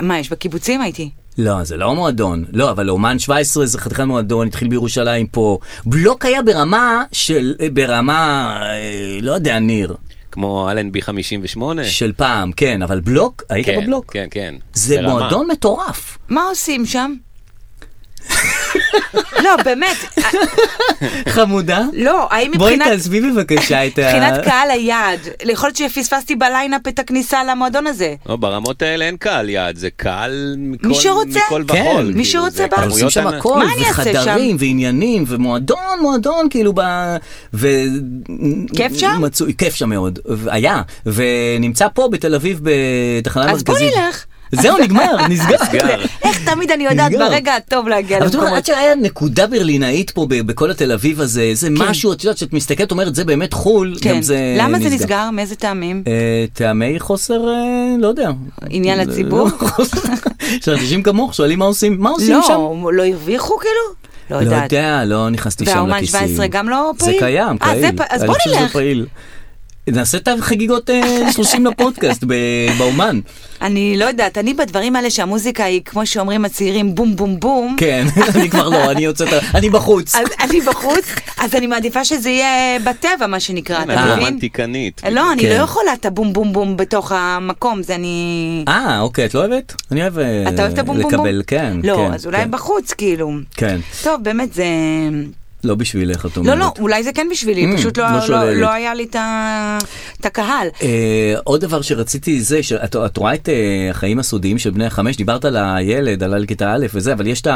מה, יש בקיבוצים הייתי?
לא, זה לא מועדון. לא, אבל אומן 17 זה חתיכת מועדון, התחיל בירושלים פה. בלוק היה ברמה של, ברמה, אה, לא יודע, ניר,
כמו אלנבי 58.
של פעם, כן, אבל בלוק, היית
כן,
בבלוק.
כן, כן.
זה
ברמה.
מועדון מטורף.
מה עושים שם? לא, באמת.
חמודה.
לא, האם
בואי
מבחינת...
תעזבי בבקשה את ה...
מבחינת קהל היעד, יכול להיות שפספסתי בליינאפ את הכניסה למועדון הזה.
לא, ברמות האלה אין קהל יעד, זה קהל מכל
מי שרוצה.
מכל
כן.
וכול.
מי
כאילו,
שרוצה
זה
בא.
אבל עושים
כמויות
שם
ענק.
הכל,
מה אני אעשה
וחדרים, ועניינים, ומועדון, מועדון, כאילו ב... ו...
כיף שם?
מצוי, כיף שם מאוד, היה, ונמצא פה בתל אביב בתחנה
אז בוא
מרכזית.
נלך.
זהו, נגמר, נסגר.
נסגר.
איך תמיד אני יודעת
נסגר.
ברגע הטוב להגיע
אבל את אומרת, עד
למקומות.
שהיה נקודה ברלינאית פה ב- בכל התל אביב הזה, איזה משהו, את יודעת, שאת מסתכלת, אומרת, זה באמת חו"ל,
כן.
גם זה
למה זה נסגר? מאיזה טעמים?
אה, טעמי חוסר, אה, לא יודע.
עניין
לא,
לציבור?
חוסר- שאנשים כמוך שואלים מה עושים, מה עושים שם?
לא, לא הרוויחו כאילו? לא
לא
יודעת.
יודע, לא נכנסתי שם לכיסים.
והאומן 17 גם לא פעיל?
זה קיים,
אה, זה
פעיל.
פ- אז
אני
בוא
חושב
נלך.
שזה פעיל. נעשה את החגיגות אה, 30 לפודקאסט ב- באומן.
אני לא יודעת, אני בדברים האלה שהמוזיקה היא, כמו שאומרים הצעירים, בום בום בום.
כן, אני כבר לא, אני יוצאת, אני בחוץ.
אז אני בחוץ, אז אני מעדיפה שזה יהיה בטבע, מה שנקרא,
את
אתה מבין?
כן, רומנטיקנית.
לא, אני
כן.
לא יכולה את הבום בום בום בתוך המקום, זה אני...
אה, אוקיי, את לא אוהבת? אני אוהב אה,
אתה אוהב את הבום בום בום?
לקבל, כן.
לא,
כן,
אז אולי
כן.
בחוץ, כאילו.
כן,
טוב, באמת, זה...
לא בשבילך, את אומרת.
לא, לא, אולי זה כן בשבילי,
Mm,
פשוט לא-
לא
לא-
שוללת.
לא היה לי את ה- את הקהל.
אה, עוד דבר שרציתי זה שאת את רואה את אה, החיים הסודיים של בני החמש דיברת על הילד עלה לכיתה א' וזה אבל יש את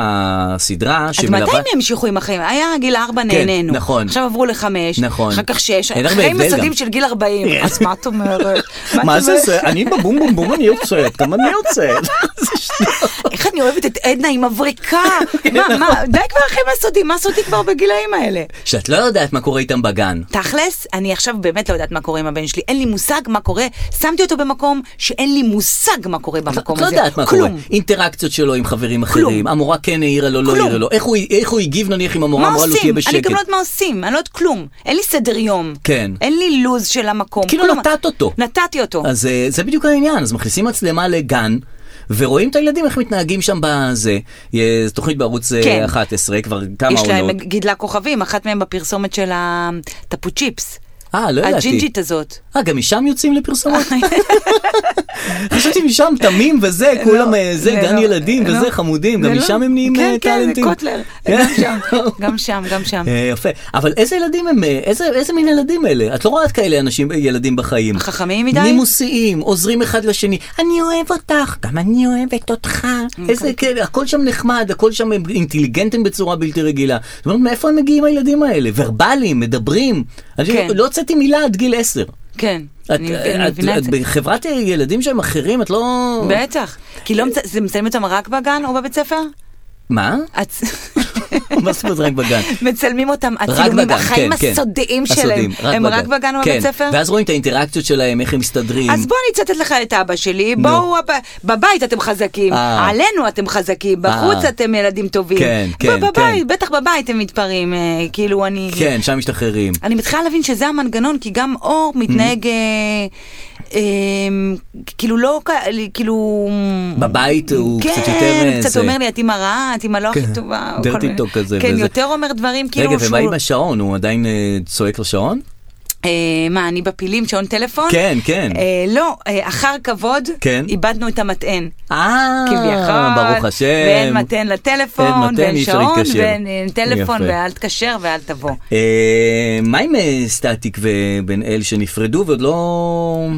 הסדרה
אז
שמלווה.
מתי הם ימשיכו עם החיים? היה גיל ארבע
כן,
נהנינו.
נכון.
עכשיו עברו לחמש.
נכון.
אחר כך שש.
אין הרבה
חיים
הבדל
מסדים
גם. כן.
של גיל ארבעים. אז מה את אומרת?
מה
את
זה
אומרת?
זה? אני בבום בום בום אני יוצאת, גם אני יוצאת. זה שטויות.
איך אני אוהבת את עדנה, היא מבריקה.
נכון.
מה, מה, די כבר אחים הסודים, מה סודי כבר בגילאים האלה?
שאת לא יודעת מה קורה איתם בגן.
תכלס, אני עכשיו באמת לא יודעת מה קורה עם הבן שלי, אין לי מושג מה קורה, שמתי אותו במקום שאין לי מושג מה קורה במקום
את לא
הזה.
יודעת מה
כלום.
קורה. אינטראקציות שלו עם חברים אחרים, המורה כן העירה לו, לא
כלום.
העירה לו. איך הוא- איך הוא הגיב נניח אם המורה
מה
אמרה לו תהיה
עושים? אני
בשקט.
גם לא יודעת מה עושים, אני לא יודעת כלום. אין לי סדר יום.
כן.
אין לי לוז של המקום.
כאילו
כלום.
נתת אותו.
נתתי אותו.
אז אה, זה בדיוק העניין, אז מכניסים מצלמה לגן. ורואים את הילדים איך מתנהגים שם בזה, אה, זו תוכנית בערוץ אה,
כן.
11 כבר כמה
יש להם
עונות.
גידלה כוכבים, אחת מהם בפרסומת של הטפו צ'יפס.
אה, לא ידעתי.
הג'ינג'ית הזאת.
אה, גם משם יוצאים לפרסומות? חשבתי משם תמים וזה, כולם אה, זה,
אה. לא,
גן
לא,
ילדים
לא.
וזה, חמודים, גם
זה לא-
משם הם נהיים אה, טאלנטים.
כן, כן, קוטלר.
כן.
גם שם, גם שם, גם שם.
אה, יפה. אבל איזה ילדים הם, אה, איזה, איזה מין ילדים אלה? את לא רואה כאלה אנשים, אה, ילדים בחיים.
חכמים מדי?
נימוסיים, עוזרים אחד לשני. אני אוהב אותך, גם אני אוהבת אותך.
אוקיי.
איזה, כן, הכל שם נחמד, הכל שם הם אינטליגנטים בצורה בלתי רגילה. זאת אומרת, מאיפה הם מגיעים הילדים האלה? ורבלים, מדברים. אני
כן.
לא הוצאתי מילה עד גיל עשר.
כן,
את, אה,
אני אני
את-
מבינה את
את
זה.
בחברת ילדים שהם אחרים, את לא...
בטח. כי לא מצ- זה מצלמים אותם רק בגן או בבית ספר?
מה?
הצ-
מה זאת אומרת רק בגן?
מצלמים אותם,
רק
הצילומים,
בגן,
החיים
כן, כן.
הסודיים
הסודיים,
שלהם, הם רק בגן או בבית
כן,
ספר?
ואז רואים את האינטראקציות שלהם, איך הם מסתדרים.
אז בוא אני אצטט לך את אבא שלי, בואו, הב- בבית אתם חזקים,
אה.
עלינו אתם חזקים, בחוץ
אה.
אתם ילדים טובים.
כן, כן,
בבית, בטח בבית הם מתפרעים, אה, כאילו אני...
כן, שם משתחררים.
אני מתחילה להבין שזה המנגנון, כי גם אור
Mm-hmm.
מתנהג... אה, אה, כאילו לא, כ- כאילו...
בבית הוא קצת יותר...
כן,
אה,
קצת
זה. כן,
אומר לי, את אימא רעה, את אימא לא הכי טובה. או כל
dirty
מיני-
talk כזה
כן,
וזה.
יותר אומר דברים כאילו
רגע, ומה עם השעון? הוא עדיין אה, צועק לשעון?
אה, מה, אני בפילים, שעון טלפון?
כן, כן.
אה, לא, אה, אחר כבוד,
כן.
איבדנו את המטען.
אה,
כביכול,
ברוך השם.
ואין מתן לטלפון,
אין מתן,
ואין
אי אפשר
שעון,
להתקשר.
ואין אה, טלפון,
יפה.
ואל תקשר ואל תבוא.
אה, מה עם אה, סטטיק ובן אל שנפרדו ועוד לא...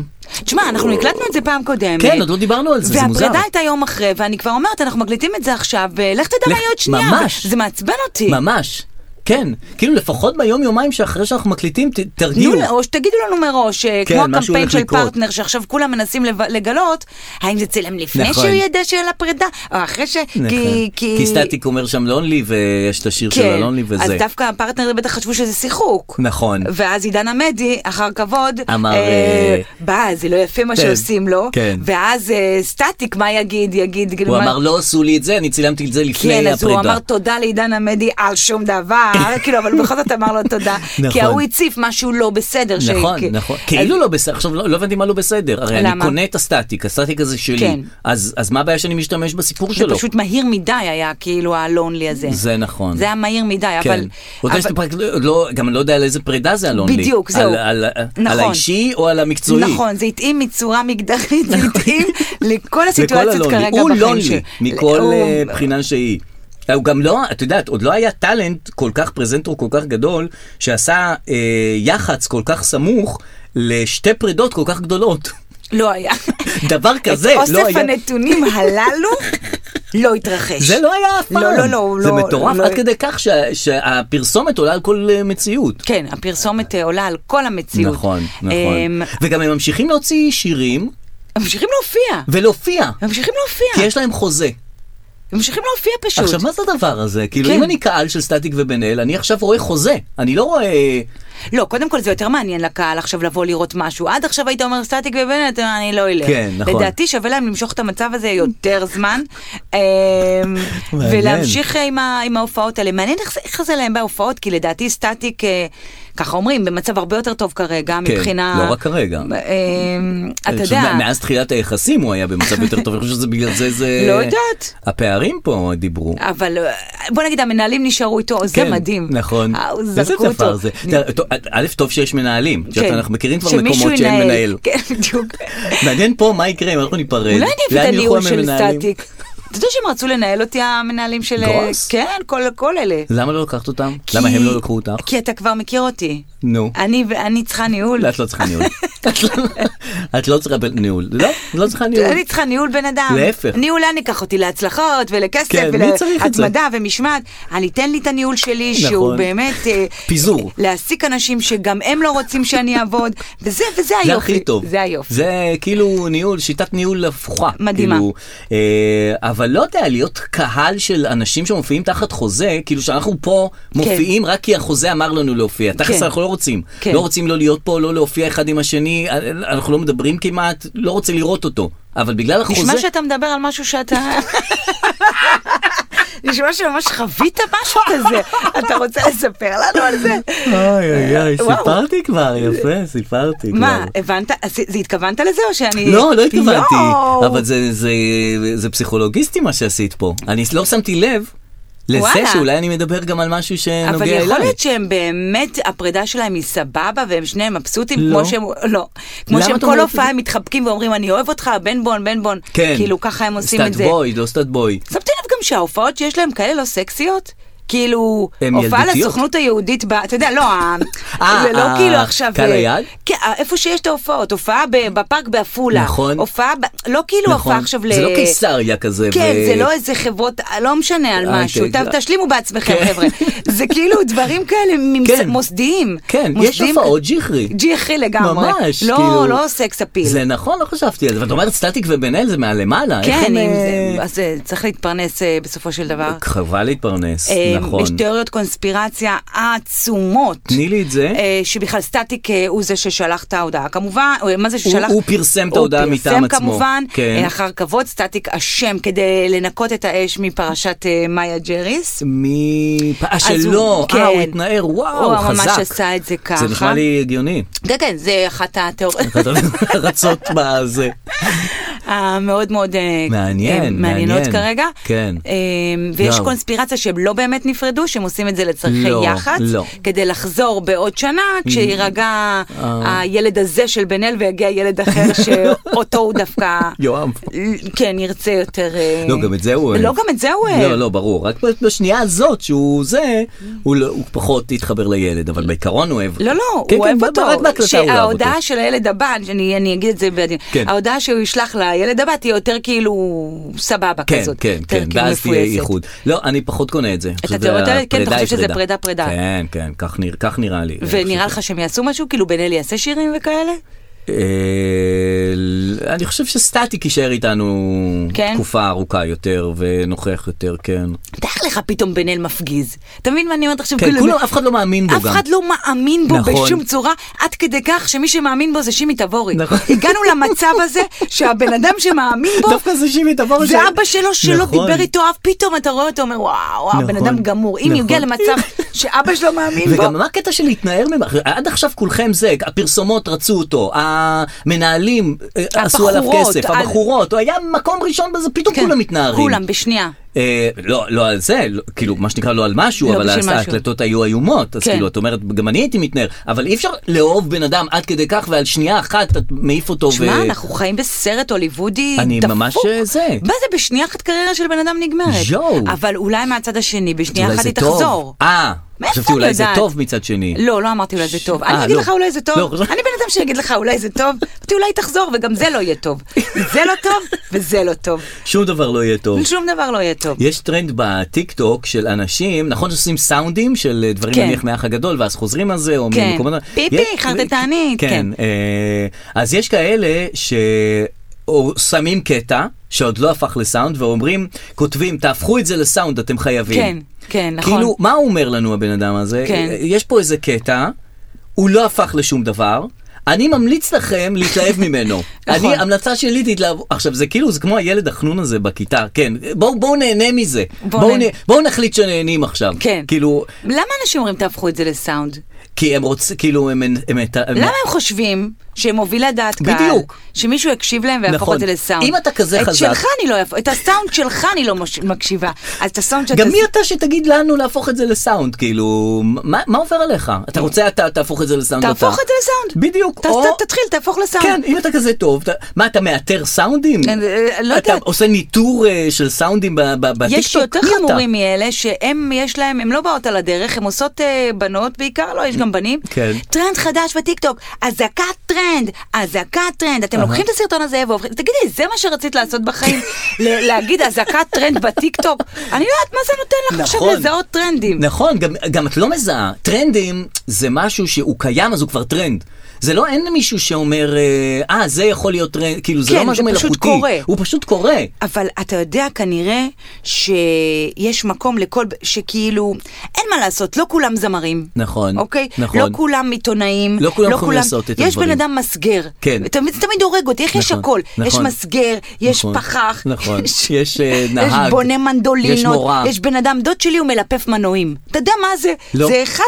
תשמע, אנחנו הקלטנו את זה פעם קודמת.
כן, עוד לא דיברנו על זה, זה מוזר.
והפרידה הייתה יום אחרי, ואני כבר אומרת, אנחנו מקליטים את זה עכשיו, ולך תדע מה
לך-
יהיה עוד שנייה.
ממש.
זה מעצבן אותי.
ממש. כן, כאילו לפחות ביום יומיים שאחרי שאנחנו מקליטים, ת-
תנו,
תרגיעו.
ל- או שתגידו לנו מראש, אה,
כן,
כמו
משהו
הקמפיין
הולך
של
לקרות.
פרטנר שעכשיו כולם מנסים לב- לגלות, האם זה צילם לפני
נכון.
שהוא ידע של הפרידה, או אחרי ש...
נכון.
כי...
כי סטטיק אומר שם לונלי ויש את השיר של
כן,
הלונלי
אז
וזה.
דווקא הפרטנר בטח חשבו שזה שיחוק.
נכון.
ואז עידן עמדי, אחר כבוד,
אמר, אה,
בא, זה לא יפה מה
כן,
שעושים לו,
כן.
ואז אה, סטטיק, מה יגיד? יגיד, כאילו,
הוא
מה-
אמר לא עשו לי את זה, אני צילמתי את זה לפני
כן,
הפרידה.
אז הוא אמר תודה לעידן עמדי על שום דבר, כאילו, אבל בכל זאת אמר לו תודה,
נכון.
כי ההוא הציף משהו לא בסדר. ש-
נכון,
כי-
נכון.
אז-
כאילו לא בסדר, עכשיו לא לא הבנתי מה לא בסדר. הרי אני
למה?
קונה את הסטטיק, הסטטיק הזה
כן.
שלי. אז אז מה הבעיה שאני משתמש בסיפור
זה
שלו?
פשוט מהיר מדי היה, כאילו, הלונלי הזה.
לא. זה נכון.
זה היה מהיר מדי,
כן.
אבל...
עוד
אבל-
יש את הפרק- לא- גם אני לא יודע על איזה פרידה זה הלונלי.
בדיוק, זהו.
על- על- על
נכון.
האישי או על המקצועי?
נכון, זה התאים מצורה מגדרית, זה התאים לכל
לכל
הסיטואציות
הלונלי.
כרגע
הוא
בחיים
לונלי,
שלי.
מכל
הוא-
אה, בחינה שהיא. הוא גם לא, את יודעת, עוד לא היה טאלנט כל כך, פרזנטור כל כך גדול, שעשה אה, יח"צ כל כך סמוך לשתי פרידות כל כך גדולות.
לא היה.
דבר כזה
את
לא
אוסף
היה.
הנתונים הללו לא התרחש.
זה לא היה אף פעם.
לא, לא, לא,
זה
לא,
מטורף
לא.
עד כדי כך שה- שהפרסומת עולה על כל אה, מציאות.
כן, הפרסומת אה, עולה על כל המציאות.
נכון, נכון.
אמ,
וגם הם ממשיכים להוציא שירים
ממשיכים להופיע.
ולהופיע,
ממשיכים
כי
להופיע.
יש להם חוזה.
ממשיכים להופיע פשוט.
עכשיו, מה זה הדבר הזה? כאילו,
כן.
אם אני קהל של סטטיק ובן אל, אני עכשיו רואה חוזה. אני לא רואה...
לא, קודם כל זה יותר מעניין לקהל עכשיו לבוא לראות משהו. עד עכשיו היית אומר סטטיק ובנט, אני לא אלך.
כן, נכון.
לדעתי שווה להם למשוך את המצב הזה יותר זמן, אמ,
מעניין.
ולהמשיך אה, עם, ה, עם ההופעות האלה. מעניין איך, זה- איך זה להם בהופעות, כי לדעתי סטטיק, אה, ככה אומרים, במצב הרבה יותר טוב כרגע,
כן,
מבחינה...
לא רק כרגע. אה,
אמ, אתה
עכשיו,
יודע,
מאז תחילת היחסים הוא היה במצב יותר טוב, אני חושב שזה בגלל זה זה...
לא יודעת.
הפערים פה דיברו.
אבל אה, בוא נגיד המנהלים נשארו איתו, זה
כן,
מדהים.
נכון.
אה, הוא
איזה
זרקו
דבר
אותו.
זה. תראה, טוב, אה, א', טוב שיש מנהלים. את יודעת,
כן.
אנחנו מכירים כבר
שמישהו
מקומות שאין
ינהל.
מנהל.
כן, בדיוק.
מעניין פה מה יקרה אם אנחנו ניפרד.
אולי אני אוהבת את
לאן ילכו
הניהול של
המנהלים?
סטטיק. אתה יודע שהם רצו לנהל אותי המנהלים של...
גרוס?
כן, כל, כל אלה.
למה לא לקחת אותם?
כי-
למה הם לא לקחו אותך?
כי אתה כבר מכיר אותי.
נו.
אני, אני צריכה ניהול.
לא, את לא צריכה ניהול. את לא- את לא צריכה ב- ניהול. לא, את לא צריכה ניהול.
אני צריכה ניהול בן אדם.
להפך.
ניהול לאן ייקח אותי? להצלחות ולכסף
כן, מי צריך את זה?
ולהתמדה ומשמעת. אני תן לי את הניהול שלי,
נכון.
שהוא באמת... אה,
פיזור.
להעסיק אנשים שגם הם לא רוצים שאני אעבוד, וזה, וזה
זה
היופי.
הכי טוב.
זה היופי.
זה כאילו ניהול, שיטת ניהול הפוכה.
מדהימה.
כאילו, אה, אבל לא יודע, להיות קהל של אנשים שמופיעים תחת חוזה, כאילו שאנחנו פה מופיעים רק כי החוזה אמר לנו להופיע. תכלס
כן.
אנחנו לא רוצים.
כן.
לא רוצים לא להיות פה, לא להופיע אחד עם השני, אה, אנחנו לא מדברים כמעט, לא רוצה לראות אותו. אבל בגלל החוזה...
נשמע שאתה מדבר על משהו שאתה... נשמע שממש חווית משהו כזה. אתה רוצה לספר לנו על זה?
אוי אוי אוי,
אה, וואו.
סיפרתי כבר, יפה, סיפרתי כבר.
מה, הבנת? אז זה- זה התכוונת לזה או שאני...
לא, לא התכוונתי,
יואו.
אבל זה, זה, זה פסיכולוגיסטי מה שעשית פה. אני לא שמתי לב לזה
וואלה.
שאולי אני מדבר גם על משהו
אבל
שנוגע
יכול
אליי.
להיות שהם באמת, הפרידה שלהם היא סבבה והם שניהם מבסוטים,
לא.
כמו שהם, לא, כמו
למה
שהם
את
כל
אומרת את
הופעה
זה?
הם מתחבקים ואומרים, אני אוהב אותך, בן בון, בן בון,
כן.
כאילו ככה הם עושים את זה.
סטאט בוי, לא סטאט בוי.
שמתי לב גם שההופעות שיש להם כאלה לא סקסיות. כאילו,
הן
הופעה
ילדותיות.
לסוכנות היהודית, ב- אתה יודע, לא, ה-
אה,
זה לא
אה,
כאילו עכשיו...
קהל
אה,
היעד?
כן, אה, איפה שיש את ההופעות, הופעה ב- בפארק בעפולה.
נכון.
הופעה, ב- לא כאילו
נכון.
הופעה עכשיו ל...
זה לא קיסריה כזה.
כן,
ו-
זה לא איזה חברות, לא משנה על
הייטק.
משהו, ת- תשלימו בעצמכם
כן.
חבר'ה. זה כאילו דברים כאלה ממס-
כן.
מוסדיים.
כן, יש
מוסדיים-
הופעות ג'יחרי.
ג'יחרי לגמרי.
ממש,
לא,
כאילו.
לא סקס אפיל.
זה נכון, לא חשבתי על זה. ואת אומרת סטטיק ובן אל זה מהלמעלה. איך
כן,
הם,
אם
אה,
זה- אז אה, צריך להתפרנס אה, בסופו של דבר.
חבל להתפרנס,
אה,
נכון.
יש תיאוריות קונספירציה עצומות.
תני לי את זה.
אה, שבכלל סטטיק אה, הוא זה ששלח את ההודעה כמובן, או מה זה ששלח...
הוא פרסם את ההודעה
הוא
מטעם עצמו.
פרסם כמובן,
כן.
אה, אחר כבוד סטטיק אשם כדי לנקות את האש מפרשת אה, מאיה ג'ריס.
מפעה
אז
שלו,
הוא-
אה, הוא
כן.
התנער, וואו,
הוא
חזק.
ממש עשה את זה
זה
ככה.
נשמע לי הגיוני.
כן, כן, זה אחת התיאוריות
רצות בזה.
המאוד מאוד אה,
מעניין,
אה, מעניינות
מעניין.
כרגע.
כן.
אה, ויש
לא.
קונספירציה שהם לא באמת נפרדו, שהם עושים את זה לצרכי
לא,
יח"צ,
לא. Mm-hmm.
כדי לחזור בעוד שנה, כשיירגע
אה.
הילד הזה של בן אל ויגיע ילד אחר שאותו הוא דווקא...
יואב.
כן, ירצה יותר... אה,
לא, גם את זה הוא אוהב.
לא, גם את זה הוא אוהב.
לא, לא, ברור. רק בשנייה הזאת שהוא זה, הוא לא- הוא פחות התחבר לילד, אבל בעיקרון הוא אוהב.
לא, לא,
כן,
הוא
כן,
אוהב
ב-
אותו.
רק בהקלטה הוא אוהב אותו.
שההודעה של הילד הבא, אני, אני אגיד את זה בעדין,
כן.
ההודעה שהוא ישלח לילד הבא תהיה יותר כאילו סבבה
כן,
כזאת.
כן,
יותר
כן,
כאילו
ואז תהיה
מפויסת.
איחוד. לא, אני פחות קונה את זה. אני חושב שזה
התיאוריות האלה? כן, אתה
הפרידה
חושב
היא
שזה פרידה, פרידה.
כן, כן, כך נרא- כך נראה לי.
ונראה לך שהם יעשו משהו? כאילו בן אלי יעשה שירים וכאלה?
אה, אני חושב שסטטיק יישאר איתנו
כן?
תקופה ארוכה יותר ונוכח יותר, כן.
תאר לך פתאום בן אל מפגיז. אתה מבין מה אני אומרת עכשיו?
כן,
כאילו,
כולם,
זה-
אף אחד לא מאמין בו
אף
גם.
אחד לא מאמין בו
נכון.
בשום צורה, עד כדי כך שמי שמאמין בו זה שימי תבורי.
נכון.
הגענו למצב הזה שהבן אדם שמאמין בו
דווקא נכון, זה שימי תבור
זה אבא לא- שלו שלא דיבר איתו אף, פתאום אתה רואה אותו אומר וואו, וואו, בן
נכון,
אדם גמור. אם יגיע
נכון.
למצב שאבא שלו מאמין בו,
וגם מה הקטע של להתנער ממך? עד עכשיו כולכם זה, הפרסומות רצו אותו, המנהלים אה, עשו עליו
הבחורות,
כסף,
על-
הבחורות, הוא היה מקום ראשון בזה, פתאום
כן.
כולם מתנערים.
כולם, בשנייה.
אה, לא, לא על זה, לא, כאילו, מה שנקרא לא על משהו,
לא,
אבל
בשביל
הס-
משהו.
ההקלטות היו איומות. אז
כן.
כאילו, את אומרת, גם אני הייתי מתנער, אבל אי אפשר לאהוב בן אדם עד כדי כך, ועל שנייה אחת את מעיף אותו ו...
תשמע, אנחנו חיים בסרט הוליוודי דפוק.
אני ממש, אה, זה.
מה זה, בשנייה אחת קריירה של בן אדם נגמרת.
יואו.
אבל אולי מהצד השני, בשנייה
אולי
אחת
זה
היא
טוב.
תחזור.
אה,
מאיפה
חשבתי
אני
אולי זה
יודעת?
טוב מצד שני.
לא, לא אמרתי אולי זה טוב.
אה,
אני אגיד
לא.
לך אולי זה טוב.
לא.
אני בן אדם שיגיד לך אולי זה טוב, אמרתי אולי תחזור וגם זה לא יהיה טוב. זה לא טוב וזה לא טוב.
שום דבר לא יהיה טוב.
שום דבר לא יהיה טוב.
יש טרנד בטיק טוק של אנשים, נכון שעושים סאונדים של אה, דברים
כן.
נניח מהאח הגדול ואז חוזרים על זה, או
כן.
ממקומות...
פיפי,
יש-
חרטטנית,
כן.
כן.
אה, אז יש כאלה ש... או שמים קטע שעוד לא הפך לסאונד ואומרים, כותבים, תהפכו את זה לסאונד, אתם חייבים.
כן, כן, נכון.
כאילו, מה הוא אומר לנו הבן אדם הזה? אה,
כן.
יש פה איזה קטע, הוא לא הפך לשום דבר. אני ממליץ לכם להתלהב ממנו.
נכון.
אני, המלצה שלי תתלהב... עכשיו, זה כאילו, זה כמו הילד החנון הזה בכיתה, כן. בואו בואו נהנה מזה.
בואו
בואו בוא
נהנה.
בוא נחליט שנהנים עכשיו.
כן.
כאילו,
למה אנשים אומרים תהפכו את זה לסאונד?
כי הם רוצים, כאילו, הם... הם, הם, הם
למה הם חושבים שהם מובילי דעת קהל?
בדיוק.
שמישהו יקשיב להם ויהפוך
נכון.
את זה לסאונד.
אם אתה כזה
את
חזק-
שלך אני לא יפ... את הסאונד שלך אני לא מש... מקשיבה. אז את הסאונד שאתה...
גם מי אתה שתגיד לנו להפוך את זה לסאונד? כאילו, מה, מה עובר עליך? אתה רוצה, אתה תהפוך את זה לסאונד אתה.
אה. תהפוך את זה לסאונד.
בדיוק.
ת- ת- תתחיל, תהפוך לסאונד.
כן, אם אתה כזה טוב, אתה- מה, אתה מאתר סאונדים?
אני- אה, לא
אתה
יודעת.
עושה ניטור אה, של סאונדים ב- ב- בטיקטוק?
יש יותר
מי אתה?
חמורים מאלה שהם יש להם, הם לא באות על הדרך, הם עושות אה, בנות בעיקר, לא, יש גם בנים.
כן.
טרנד חדש בטיקטוק, אזעקת טרנד, אזעקת טרנד. אתם לוקחים את הסרטון הזה והופכים, תגידי, זה מה שרצית לעשות בחיים? ל- להגיד אזעקת טרנד בטיקטוק? אני לא יודעת מה זה נותן לך עכשיו
נכון.
לזהות טרנדים.
נכון, גם, גם את לא מזהה. טרנדים זה משהו שהוא קיים, אז הוא כבר טרנד. זה לא, אין מישהו שאומר, אה, אה, זה יכול להיות טרנד, כאילו, זה
כן,
לא
זה
משהו
פשוט
מלאכותי.
קורה.
הוא פשוט קורה.
אבל אתה יודע כנראה שיש מקום לכל, שכאילו, אין מה לעשות, לא כולם זמרים.
נכון,
אוקיי?
נכון.
לא כולם עיתונאים.
לא כולם יכולים לעשות את
יש
הדברים.
בן אדם מסגר.
כן.
תמיד, זה תמיד הורג אותי, איך יש
נכון,
הכל? יש
נכון.
מסגר, יש
נכון,
פחח.
נכון. יש, אה, נהג,
יש בונה מנדולינות.
יש מורה.
יש בן אדם, דוד שלי הוא מלפף מנועים. אתה יודע מה זה?
לא.
זה 1%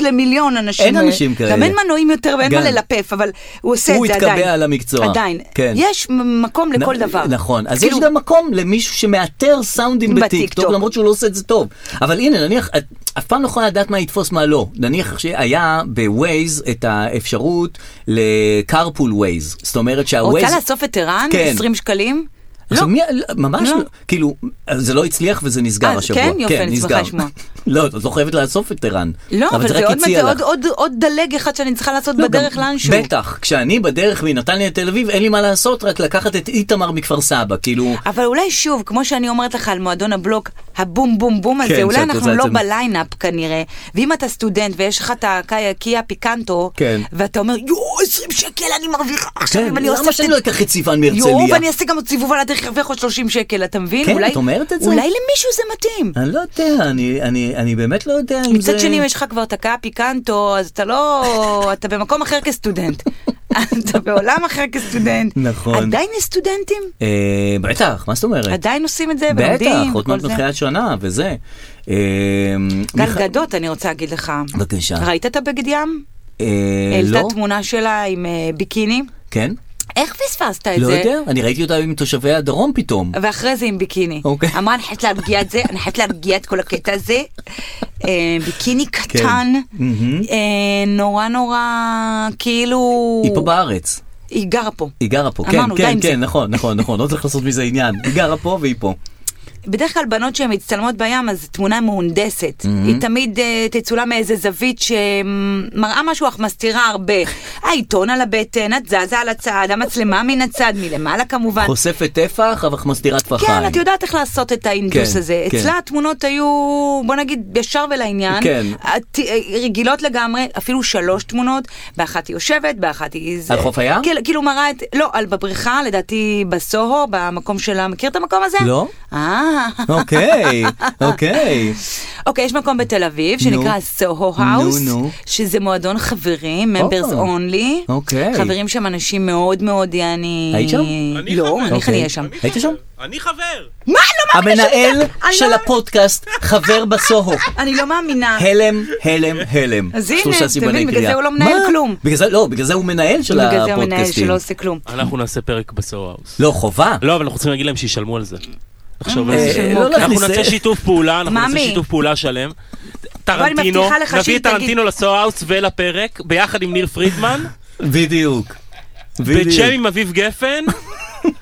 למיליון אנשים.
אין אנשים
האלה. גם
כאלה.
אין מנועים יותר ואין מה
גם.
ללפף, אבל הוא עושה
הוא
את זה
התקבע
עדיין.
על המקצוע.
עדיין.
כן.
יש מ- מקום לכל
נ-
דבר.
נכון, אז
כאילו-
יש גם מקום למישהו שמאתר סאונדים
בטיקטוק.
בטיקטוק, למרות שהוא לא עושה את זה טוב. אבל הנה, נניח, את אף פעם לא יכולה לדעת מה יתפוס מה לא. נניח שהיה בווייז את האפשרות לקרפול ווייז. זאת אומרת שהווייז...
רוצה לאסוף את ערן?
כן.
20 שקלים?
עכשיו, מי, ממש
לא.
לא. כאילו, זה לא הצליח וזה נסגר
אה,
השבוע.
כן? יופי, אני
נסגר.
שמחה לשמוע.
לא, את לא חייבת לאסוף את ערן.
לא, אבל
רק
זה עוד-
הציע
זה עוד-
לך.
עוד- עוד דלג אחד שאני צריכה לעשות
לא,
בדרך
גם-
לאנשהו.
בטח, כשאני בדרך מנתניה לתל אביב, אין לי מה לעשות, רק לקחת את איתמר מכפר סבא, כאילו...
אבל אולי שוב, כמו שאני אומרת לך על מועדון הבלוק, הבום בום בום הזה,
כן,
אולי
שאת
אנחנו
רוצה את
לא
זה.
בליינאפ כנראה, ואם אתה סטודנט ויש לך את הקיה פיקנטו,
כן.
ואתה אומר, יואו, 20 שקל אני מרוויחה עכשיו,
כן,
אם אני
למה
עושה
שאני לא אקח את סיוון מהרצליה?
יואו, ואני אעשה גם עוד סיבוב על הדרך, ארוויח עוד 30 שקל, אתה מבין?
כן,
אולי-
את אומרת את זה?
אולי למישהו זה מתאים.
אני לא יודע, אני, אני, אני באמת לא יודע אם זה...
מצד שני, אם יש לך כבר את הקאה פיקנטו, אז אתה לא... אתה במקום אחר כסטודנט. אתה בעולם אחר כסטודנט.
נכון.
עדיין יש סטודנטים?
אה, בטח, מה זאת אומרת?
עדיין עושים את זה
בטח,
ולומדים
עוד
וכל
מעט
זה?
מתחילת שנה וזה. אה,
גל
מיכ-
גדות, אני רוצה להגיד לך.
בבקשה.
ראית את הבגד ים?
אה,
העלתה
לא?
תמונה שלה עם אה, ביקיני.
כן?
איך פספסת את
לא
זה?
יודע, אני ראיתי אותה עם תושבי הדרום פתאום.
ואחרי זה עם ביקיני.
אוקיי.
אמרה, אני חייבת להרגיע את זה, אני חייבת להרגיע את כל הקטע הזה. אה, ביקיני קטן,
כן. מהמם.
אה, נורא נורא, כאילו...
היא פה בארץ.
היא גרה פה.
היא גרה פה, כן,
אמרנו, די
כן,
עם זה.
כן, נכון, נכון, נכון, לא צריך לעשות מזה עניין. היא גרה פה והיא פה.
בדרך כלל בנות שהן מצטלמות בים, אז תמונה מהונדסת. Mm-hmm. היא תמיד uh, תצולם מאיזה זווית שמראה משהו אך מסתירה הרבה. העיתון על הבטן, את זזה על הצד, המצלמה מן הצד, מלמעלה כמובן.
חושפת טפח, אבל מסתירה טפחיים.
כן, את יודעת איך לעשות את ההינדוס
כן,
הזה.
כן.
אצלה התמונות היו, בוא נגיד, ישר ולעניין.
כן.
את- רגילות לגמרי, אפילו שלוש תמונות, באחת היא יושבת, באחת היא... זה.
על חוף הים?
כאילו- כאילו מראה את... לא, על בבריכה, לדעתי בסוהו, במקום שלה. מכיר את המקום הזה?
לא.
אה, אה.
אוקיי, אוקיי.
אוקיי, יש מקום בתל אביב שנקרא
נו.
סוהו האוס,
נו, נו.
שזה מועדון חברים, members
או.
only.
אוקיי.
חברים שם אנשים מאוד מאוד, יעני...
היית שם?
אני
לא,
חבר.
נניח אני
אוקיי.
אהיה שם.
היית שם?
אני חבר!
מה? לא מאמינה
המנהל
שזה- אני לא
של
מאמין-
הפודקאסט חבר בסוהו.
אני לא מאמינה.
הלם, הלם, הלם.
אז הנה,
שלושה
אתה
סימני
מבין, בגלל
קריאה.
זה הוא לא מנהל
מה?
כלום.
בגלל זה, לא, בגלל זה הוא מנהל של
בגלל זה המנהל
הפודקאסטים.
שלא עושה כלום.
אנחנו נעשה פרק בסוהאוס.
לא, חובה.
לא, אבל אנחנו צריכים להגיד להם שישלמו על זה. תחשוב על
אה,
זה.
לא
אנחנו
להכניס-
נעשה שיתוף פעולה, אנחנו נעשה
אה, ממי.
שיתוף פעולה שלם.
אני
טרנטינו,
מבטיחה לך
נביא
שהיא
את טרנטינו לסוהאוס ולפרק, ביחד עם ניר פרידמן,
בדיוק.
בג'ם עם אביב גפן,
אם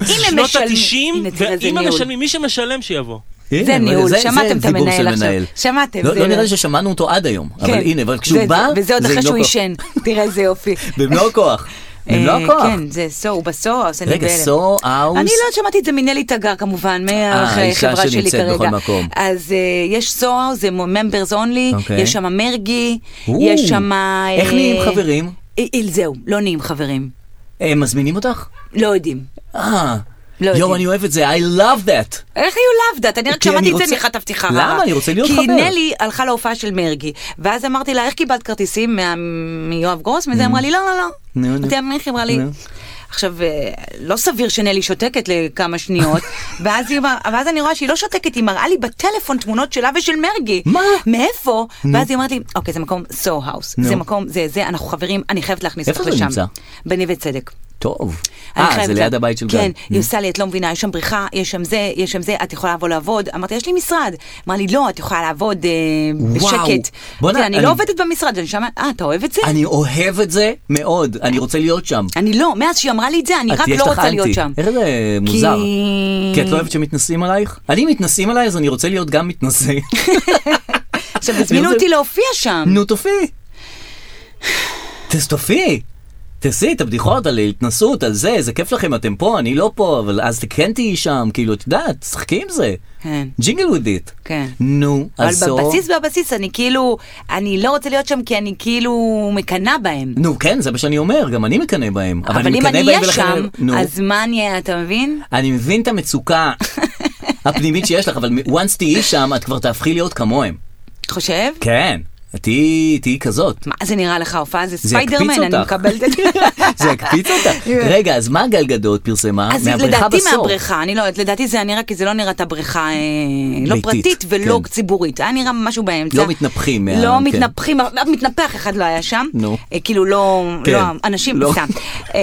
הם
שנות
משלמים...
התשעים,
הנה, תראה, זה
ואם הם
ניהול.
משלמים, מי שמשלם שיבוא.
הנה,
זה
אבל
ניהול,
זה
שמעתם את
דיבור של
המנהל עכשיו.
מנהל.
שמעתם.
לא
זה-
לא נראה לי ששמענו אותו עד היום, אבל
כן.
הנה, אבל כשהוא
זה-
בא,
וזה עוד אחרי
עם
שהוא
לא כוח. לא
עישן. תראה איזה יופי.
במלוא הכוח. במלוא
אה,
לא הכוח.
כן, זה סו, בסו, האוס, אני
רגע,
בהלם.
סו, אאוס.
אני לא שמעתי את זה מנלי תגר כמובן,
האישה
מהחברה שלי
שנמצאת
כרגע.
בכל מקום.
אז אה, יש סוהר, זה members only,
אוקיי.
יש שם מרגי,
או,
יש שם... אה,
איך נהיים חברים?
אה, אה, זהו, לא נהיים חברים.
הם אה, מזמינים אותך?
לא יודעים.
אה.
לא יודעים.
יואו, אני אוהב את זה, I love that.
איך היא לאו דת? אני רק
כי אני
שמעתי את זה
רוצה-
מאחת הבטיחה.
למה? אני רוצה להיות
כי
חבר.
נלי הלכה להופעה של מרגי, ואז אמרתי לה, איך קיבלת כרטיסים מה- מיואב גרוס? וזה אמרה לי, לא, לא, לא.
Mm. נו, נו.
אתה יודע, מרגי אמרה לי...
נו.
עכשיו, אה, לא סביר שנלי שותקת לכמה שניות, ואז, היא, אמר- ואז אני רואה שהיא לא שותקת, היא מראה לי בטלפון תמונות שלה ושל מרגי.
מה?
מאיפה? ואז היא אומרת לי, אוקיי, זה מקום סו האוס,
נו.
זה מקום, זה, זה, אנחנו חברים, אני חייבת להכניס
איפה
אותך
זה
לשם.
נמצא?
בנווה צדק.
טוב.
אני
אה, זה
חייבת
ליד
לה-
הבית של Mm. גל.
כן, היא עושה לי, את לא מבינה, יש שם בריכה, יש שם זה, יש שם זה, את יכולה לבוא לעבוד. אמרתי, יש לי משרד. אמרה לי, לא, את יכולה לעבוד אה,
וואו.
בשקט.
בוא'נה,
זה, אני
אני-
לא עובדת במשרד, אני שמה, אה, אתה אוהב את זה?
אני אוהב את זה מאוד, אני רוצה להיות שם.
אני לא, מאז שהיא אמרה לי את זה, אני
את-
רק
יש
לא
לך
רוצה
אנטי.
להיות שם.
איך זה מוזר?
כי-
כי את לא אוהבת שמתנסים עלייך? אני מתנסים עליי, אז אני רוצה להיות גם מתנשא.
עכשיו, הזמינו
זה-
אותי להופיע שם.
נו, תופיעי. תסתופי. תעשי את הבדיחות על התנסות, על זה, זה כיף לכם, אתם פה, אני לא פה, אבל אז כן תהיי שם, כאילו, את יודעת, שחקי עם זה.
כן.
ג'ינגל וויד איט.
כן.
נו,
אבל
אז... זו-
בבסיס, בבסיס, אני כאילו, אני לא רוצה להיות שם כי אני כאילו מקנאה בהם.
נו, כן, זה מה שאני אומר, גם אני מקנא בהם. אבל,
אבל אם
מקנא
אני
בהם
אהיה
ולכן-
שם,
נו.
אז מה אני אהיה, אתה מבין?
אני מבין את המצוקה הפנימית שיש לך, אבל once תהיי שם, את כבר תהפכי להיות כמוהם.
חושב?
כן. את תהיי תהיי כזאת.
מה זה נראה לך ההופעה? זה
זה יקפיץ
ספיידרמן, אני
אותך.
מקבלת את זה.
זה יקפיץ אותך.
כן.
רגע, אז מה גל גדות פרסמה?
אז
מהבריכה
לדעתי
בסוף.
מהבריכה, אני לא יודעת, לדעתי זה היה נראה כי זה לא נראתה בריכה אה, לא
ביתית,
פרטית ולא
כן.
ציבורית, היה נראה משהו באמצע.
לא מתנפחים מה-
לא
כן.
מתנפחים, מתנפח אחד לא היה שם.
נו.
אה, כאילו לא,
כן.
לא, אנשים,
לא.
סתם. אה,